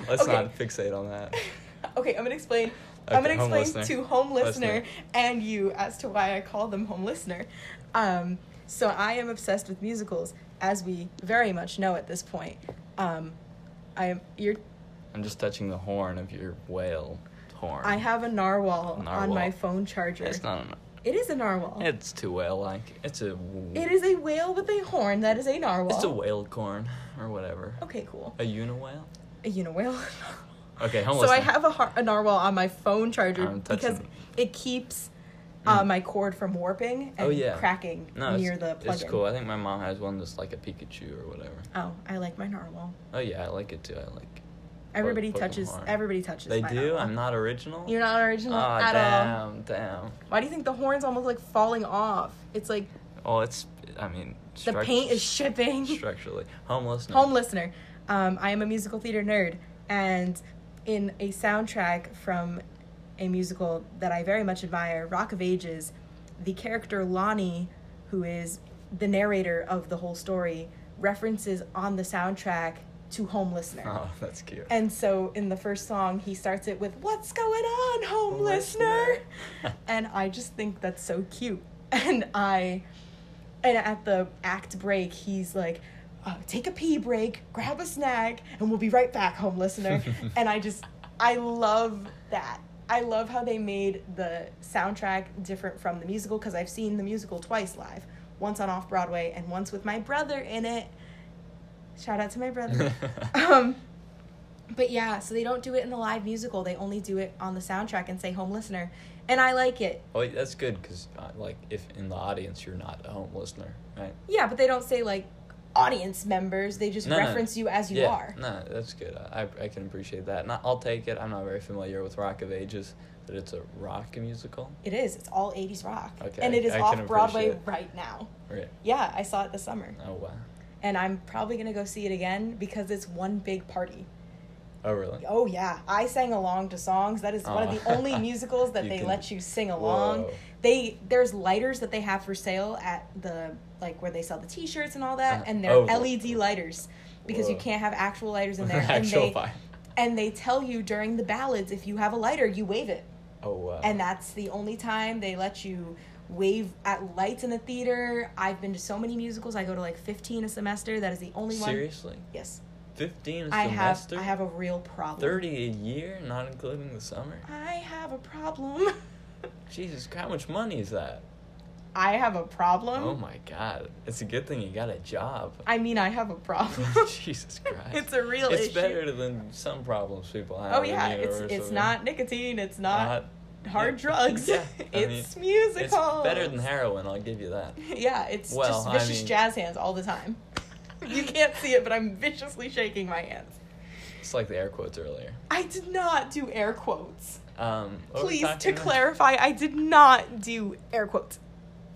Speaker 2: Let's
Speaker 1: Okay.
Speaker 2: not fixate on that.
Speaker 1: *laughs* Okay, I'm gonna explain. I'm
Speaker 2: Okay,
Speaker 1: gonna
Speaker 2: home
Speaker 1: explain
Speaker 2: listener.
Speaker 1: to home listener,
Speaker 2: Listener.
Speaker 1: and you as to why I call them home listener. Um, so I am obsessed with musicals, as we very much know at this point. Um, I am you're.
Speaker 2: I'm just touching the horn of your whale horn.
Speaker 1: I have a narwhal, on
Speaker 2: Narwhal.
Speaker 1: my phone charger.
Speaker 2: It's not. An,
Speaker 1: It is a narwhal.
Speaker 2: it's too whale-like. It's a.
Speaker 1: it is a whale with a horn. That is a narwhal.
Speaker 2: It's a whale corn or whatever.
Speaker 1: Okay, cool.
Speaker 2: A uniwhale?
Speaker 1: A uniwhale.
Speaker 2: Okay, home
Speaker 1: *laughs* So I
Speaker 2: listener.
Speaker 1: have a, har- a narwhal on my phone charger
Speaker 2: I'm touching
Speaker 1: because it keeps uh, my cord from warping and
Speaker 2: Mm. Oh, yeah.
Speaker 1: cracking
Speaker 2: No,
Speaker 1: near
Speaker 2: it's,
Speaker 1: the plug
Speaker 2: It's cool. I think my mom has one that's like a Pikachu or whatever.
Speaker 1: Oh, I like my narwhal.
Speaker 2: Oh yeah, I like it too. I like.
Speaker 1: Everybody
Speaker 2: Pokemon.
Speaker 1: touches. Everybody touches.
Speaker 2: They
Speaker 1: my
Speaker 2: do.
Speaker 1: narwhal.
Speaker 2: I'm not original.
Speaker 1: You're not original
Speaker 2: oh,
Speaker 1: at all.
Speaker 2: damn, damn.
Speaker 1: Why do you think the horn's almost like falling off? It's like
Speaker 2: Oh, it's. I mean.
Speaker 1: the
Speaker 2: struct- *laughs*
Speaker 1: paint is shipping.
Speaker 2: structurally homeless. now.
Speaker 1: Home listener, um, I am a musical theater nerd, and in a soundtrack from a musical that I very much admire, Rock of Ages, the character Lonnie, who is the narrator of the whole story, references on the soundtrack to home listener.
Speaker 2: Oh, that's cute. *laughs*
Speaker 1: And so in the first song, he starts it with, What's going on, home
Speaker 2: Home
Speaker 1: listener? *laughs*
Speaker 2: listener.
Speaker 1: and I just think that's so cute. *laughs* and I and at the act break he's like uh, take a pee break grab a snack and we'll be right back home listener and i just i love that i love how they made the soundtrack different from the musical because i've seen the musical twice live once on off broadway and once with my brother in it shout out to my brother um, but yeah so they don't do it in the live musical they only do it on the soundtrack and say home listener and i like it
Speaker 2: Oh, that's good because uh, like if in the audience you're not a home listener, right?
Speaker 1: Yeah, but they don't say like audience members. They just
Speaker 2: No, no.
Speaker 1: reference you as you
Speaker 2: yeah,
Speaker 1: are.
Speaker 2: No, that's good. I, I can appreciate that. And I- I'll take it. I'm not very familiar with Rock of Ages, but it's a rock musical.
Speaker 1: It is. It's all 80s rock.
Speaker 2: Okay,
Speaker 1: and it is
Speaker 2: I can
Speaker 1: off Broadway
Speaker 2: appreciate it.
Speaker 1: right now.
Speaker 2: Right.
Speaker 1: Yeah, I saw it this summer.
Speaker 2: Oh wow.
Speaker 1: And I'm probably going to go see it again because it's one big party.
Speaker 2: Oh really? *laughs*
Speaker 1: Oh, yeah. I sang along to songs. That is one of the
Speaker 2: Aw. *laughs*
Speaker 1: only musicals that
Speaker 2: Oh. You
Speaker 1: they
Speaker 2: can-
Speaker 1: let you sing along.
Speaker 2: Whoa.
Speaker 1: They There's lighters that they have for sale at the, like, where they sell the t shirts and all that.
Speaker 2: Uh-huh.
Speaker 1: And they're
Speaker 2: Oh.
Speaker 1: LED lighters because you
Speaker 2: Whoa.
Speaker 1: can't have actual lighters
Speaker 2: *laughs*
Speaker 1: in there. and
Speaker 2: Actual
Speaker 1: they-
Speaker 2: fire.
Speaker 1: and they tell you during the ballads if you have a lighter you wave it
Speaker 2: Oh wow.
Speaker 1: and that's the only time they let you wave at lights in the theater i've been to so many musicals i go to like 15 a semester that is the only one
Speaker 2: Seriously,
Speaker 1: yes
Speaker 2: fifteen a
Speaker 1: i have
Speaker 2: semester.
Speaker 1: i have a real problem
Speaker 2: thirty a year, not including the summer.
Speaker 1: i have a problem *laughs*
Speaker 2: Jesus, how much money is that?
Speaker 1: i have a problem
Speaker 2: oh my God, it's a good thing you got a
Speaker 1: *laughs*
Speaker 2: job.
Speaker 1: i mean i have a
Speaker 2: *laughs*
Speaker 1: problem
Speaker 2: Jesus Christ.
Speaker 1: it's a real
Speaker 2: it's
Speaker 1: issue
Speaker 2: better than some problems people
Speaker 1: *laughs*
Speaker 2: have.
Speaker 1: oh
Speaker 2: in
Speaker 1: yeah it's
Speaker 2: university.
Speaker 1: it's not nicotine it's not,
Speaker 2: Not-
Speaker 1: hard drugs *laughs*
Speaker 2: Yeah, I
Speaker 1: it's
Speaker 2: mean,
Speaker 1: musical
Speaker 2: It's better than heroin, I'll give you that.
Speaker 1: *laughs* Yeah, it's
Speaker 2: Well,
Speaker 1: just
Speaker 2: I
Speaker 1: vicious
Speaker 2: mean-
Speaker 1: jazz hands all the time. *laughs* you can't see it, but I'm viciously shaking my hands.
Speaker 2: It's like the air quotes earlier.
Speaker 1: I did not do air quotes.
Speaker 2: Um, what were we
Speaker 1: Please, to
Speaker 2: talking about?
Speaker 1: clarify, I did not do air quotes.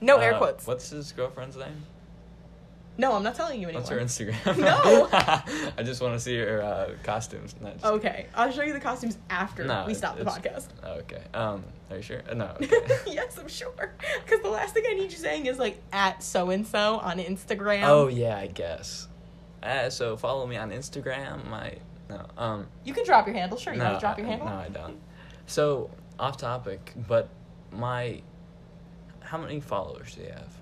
Speaker 1: No air
Speaker 2: Uh,
Speaker 1: quotes.
Speaker 2: What's his girlfriend's name?
Speaker 1: No, I'm not telling you anymore.
Speaker 2: What's her Instagram?
Speaker 1: No.
Speaker 2: *laughs*
Speaker 1: Oh.
Speaker 2: I just want to see her uh, costumes. Not just-
Speaker 1: Okay, I'll show you the costumes after
Speaker 2: No,
Speaker 1: we
Speaker 2: it-
Speaker 1: stop the
Speaker 2: it's-
Speaker 1: podcast.
Speaker 2: Okay. Um, are you sure? Uh, No. Okay.
Speaker 1: *laughs* yes, I'm sure. Because the last thing I need you saying is like at so and so on Instagram.
Speaker 2: oh yeah, I guess. Uh, so follow me on Instagram. My no. Um.
Speaker 1: You can drop your handle, sure. You
Speaker 2: no,
Speaker 1: want to drop your
Speaker 2: I-
Speaker 1: handle?
Speaker 2: No, I don't. So off topic, but my how many followers do you have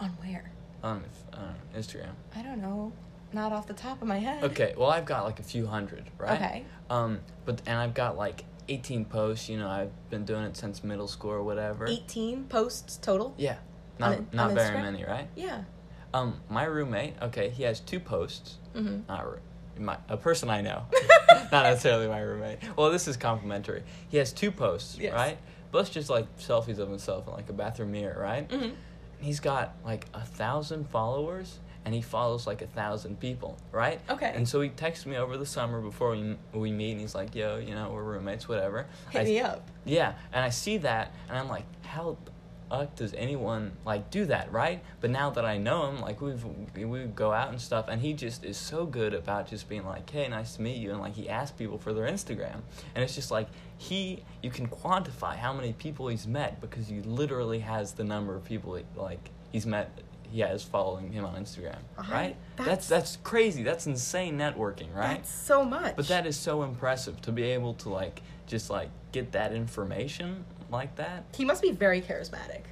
Speaker 1: On where?
Speaker 2: on um,
Speaker 1: *laughs*
Speaker 2: Instagram?
Speaker 1: I don't know. Not off the top of my head.
Speaker 2: Okay, well I've got like a few hundred, right?
Speaker 1: Okay.
Speaker 2: Um, but and I've got like 18 posts. You know, I've been doing it since middle school or whatever.
Speaker 1: 18 posts total.
Speaker 2: Yeah,
Speaker 1: On
Speaker 2: not
Speaker 1: in-
Speaker 2: not
Speaker 1: on
Speaker 2: very
Speaker 1: Instagram?
Speaker 2: many, right?
Speaker 1: Yeah.
Speaker 2: Um, my roommate. Okay, he has two posts.
Speaker 1: Mm-hmm.
Speaker 2: Not ru- my a person I
Speaker 1: *laughs*
Speaker 2: know, not necessarily my roommate. Well, this is complimentary. He has two posts,
Speaker 1: Yes.
Speaker 2: right? Both just like selfies of himself in like a bathroom mirror, right?
Speaker 1: Mm-hmm.
Speaker 2: And he's got like a thousand followers and he follows like a thousand people right
Speaker 1: Okay.
Speaker 2: and so he texts me over the summer before we, we meet and he's like yo you know we're roommates whatever
Speaker 1: Hit
Speaker 2: I-
Speaker 1: me up.
Speaker 2: yeah and i see that and i'm like how the fuck does anyone like do that right but now that i know him like we've we go out and stuff and he just is so good about just being like hey nice to meet you and like he asks people for their instagram and it's just like he you can quantify how many people he's met because he literally has the number of people he, like he's met he has following him on instagram
Speaker 1: I-
Speaker 2: right
Speaker 1: Uh-huh. that's-
Speaker 2: that's that's crazy that's insane networking right
Speaker 1: That's so much.
Speaker 2: but that is so impressive to be able to like just like get that information like that.
Speaker 1: he must be very charismatic.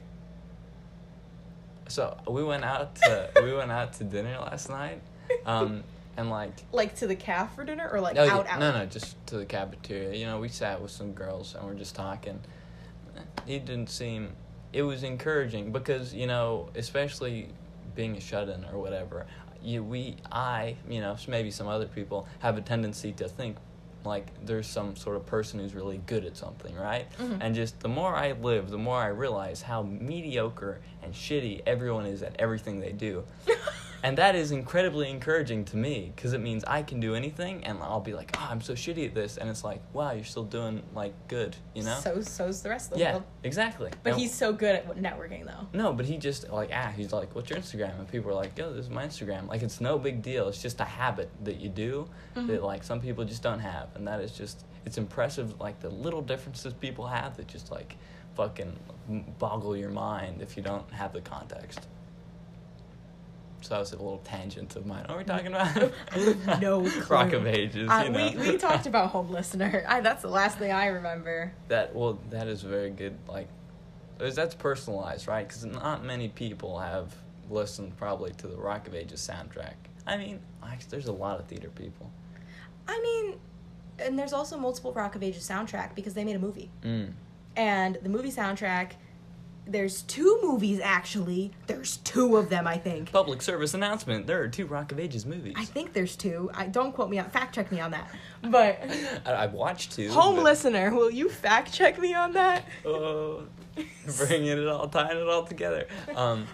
Speaker 2: So we went out to we went out to dinner last night, um, and like
Speaker 1: *laughs* Like to the calf for dinner or like
Speaker 2: oh, yeah,
Speaker 1: out out. *laughs*
Speaker 2: no no just to the cafeteria. You know we sat with some girls and we're just talking. He didn't seem. It was encouraging because you know especially being a shut in or whatever. You, we I you know maybe some other people have a tendency to think like there's some sort of person who's really good at something, right?
Speaker 1: Mhm.
Speaker 2: And just the more I live, the more I realize how mediocre and shitty everyone is at everything they do. and that is incredibly encouraging to me because it means I can do anything and I'll be like, oh, I'm so shitty at this. And it's like, wow, you're still doing like good, you know?
Speaker 1: So so's the rest of the
Speaker 2: yeah,
Speaker 1: world.
Speaker 2: exactly.
Speaker 1: But
Speaker 2: And-
Speaker 1: he's so good at networking though.
Speaker 2: no, but he just like ah, he's like, "What's your Instagram?" And people are like, "Yo, this is my Instagram." Like it's no big deal. It's just a habit that you do
Speaker 1: Mhm.
Speaker 2: that like some people just don't have, and that is just it's impressive. Like the little differences people have that just like fucking boggle your mind if you don't have the context. So that was a little tangent of mine. What are we talking about?
Speaker 1: Mm. *laughs* No clue.
Speaker 2: Rock of Ages.
Speaker 1: Uh,
Speaker 2: you know.
Speaker 1: we, we
Speaker 2: *laughs*
Speaker 1: talked about home listener. I, that's the last thing I remember.
Speaker 2: that. Well, that is a very good like There's- That's personalized, right? Because not many people have listened probably to the Rock of Ages soundtrack. I mean, actually, there's a lot of theater people.
Speaker 1: I mean, and there's also multiple Rock of Ages soundtrack because they made a movie.
Speaker 2: Mm.
Speaker 1: And the movie soundtrack, there's two movies actually. There's two of them, I think.
Speaker 2: Public service announcement: There are two Rock of Ages movies.
Speaker 1: I think there's two. I don't quote me on fact check me on
Speaker 2: *laughs*
Speaker 1: that. But
Speaker 2: I, *laughs* I've watched two.
Speaker 1: home
Speaker 2: but-
Speaker 1: listener, will you fact check me on that?
Speaker 2: *laughs* Oh, bringing it all, tying it all together. Um,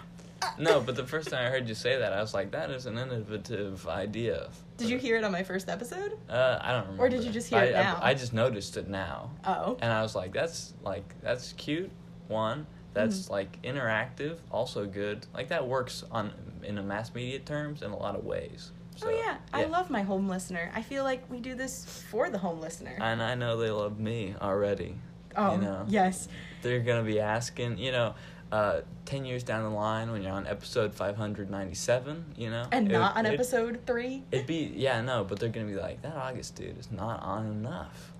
Speaker 2: no, but the first time I heard you say that, I was like, that is an innovative idea.
Speaker 1: Did you hear it on my first episode?
Speaker 2: Uh, I don't remember.
Speaker 1: Or did you just hear
Speaker 2: I,
Speaker 1: it
Speaker 2: I-
Speaker 1: now?
Speaker 2: I, just noticed it now,
Speaker 1: Oh.
Speaker 2: and I was like, that's like that's cute. One, that's
Speaker 1: Mm-hmm.
Speaker 2: like interactive, also good. Like that works on in a mass media terms in a lot of ways. So,
Speaker 1: oh yeah. I love my home listener. I feel like we do this for the home listener.
Speaker 2: And I know they love me already.
Speaker 1: oh,
Speaker 2: you know.
Speaker 1: yes.
Speaker 2: they're gonna be asking, you know, uh, ten years down the line when you're on episode five hundred ninety seven, you know,
Speaker 1: And
Speaker 2: it
Speaker 1: not
Speaker 2: would-
Speaker 1: on
Speaker 2: it-
Speaker 1: episode 3.
Speaker 2: It'd be yeah, no, but they're gonna be like that August dude is not on enough.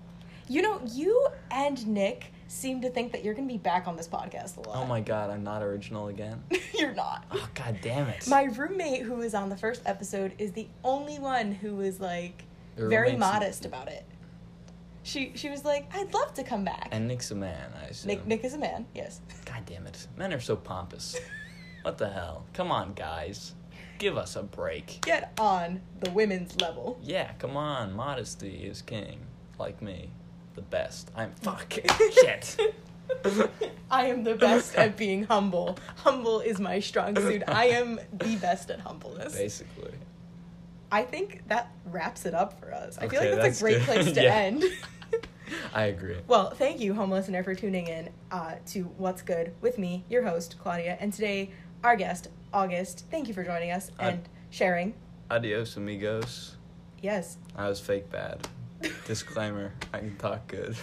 Speaker 1: You know, you and Nick seem to think that you're going to be back on this podcast a lot.
Speaker 2: Oh my god, I'm not original again.
Speaker 1: *laughs* you're not.
Speaker 2: Oh god damn it.
Speaker 1: My roommate who was on the first episode is the only one who was like
Speaker 2: Your
Speaker 1: very
Speaker 2: roommate's-
Speaker 1: modest about it. She she was like, "I'd love to come back."
Speaker 2: and Nick's a man. I assume.
Speaker 1: Nick Nick is a man.
Speaker 2: *laughs*
Speaker 1: Yes.
Speaker 2: God damn it, men are so pompous. what the hell? Come on, guys, give us a break.
Speaker 1: Get on the women's level.
Speaker 2: Yeah, come on, modesty is king. Like me, the best. I'm fuck
Speaker 1: *laughs*
Speaker 2: shit.
Speaker 1: I am the best at being humble. Humble is my strong suit. I am the best at humbleness.
Speaker 2: Basically.
Speaker 1: I think that wraps it up for us. I feel
Speaker 2: Okay,
Speaker 1: like that's,
Speaker 2: that's
Speaker 1: a great
Speaker 2: good. *laughs*
Speaker 1: place to
Speaker 2: Yeah.
Speaker 1: end. *laughs*
Speaker 2: I agree.
Speaker 1: well, thank you, home listener, for tuning in uh, to What's Good with me, your host, Claudia, and today, our guest, August. Thank you for joining us
Speaker 2: I-
Speaker 1: and sharing.
Speaker 2: Adios, amigos.
Speaker 1: Yes. *laughs*
Speaker 2: I was fake bad. Disclaimer, I can talk good.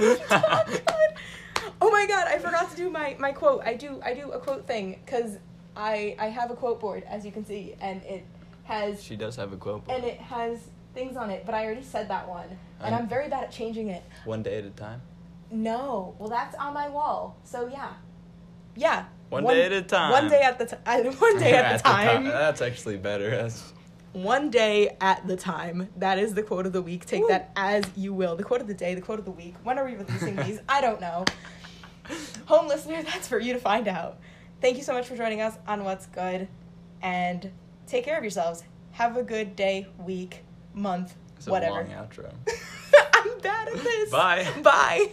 Speaker 1: oh my god, I forgot to do my, my quote. I do I do a quote thing because I I have a quote board as you can see, and it has
Speaker 2: she does have a quote,
Speaker 1: and it has things on it, but I already said that one, and
Speaker 2: I'm-
Speaker 1: I'm very bad at changing it.
Speaker 2: one day at a time.
Speaker 1: No, well that's on my wall, so yeah, yeah.
Speaker 2: One day at a time.
Speaker 1: One day at the time. *laughs* One day
Speaker 2: *laughs*
Speaker 1: at the
Speaker 2: ti- uh,
Speaker 1: time.
Speaker 2: That's actually better. That's,
Speaker 1: One day at the time. That is the quote of the week. Take
Speaker 2: Woo.
Speaker 1: that as you will. The quote of the day, the quote of the week. When are we releasing these? I don't know. Home listener, *laughs* that's for you to find out. Thank you so much for joining us on What's Good. And take care of yourselves. Have a good day, week, month,
Speaker 2: that's a
Speaker 1: *laughs* whatever.
Speaker 2: long outro.
Speaker 1: I'm bad at this.
Speaker 2: Bye.
Speaker 1: Bye.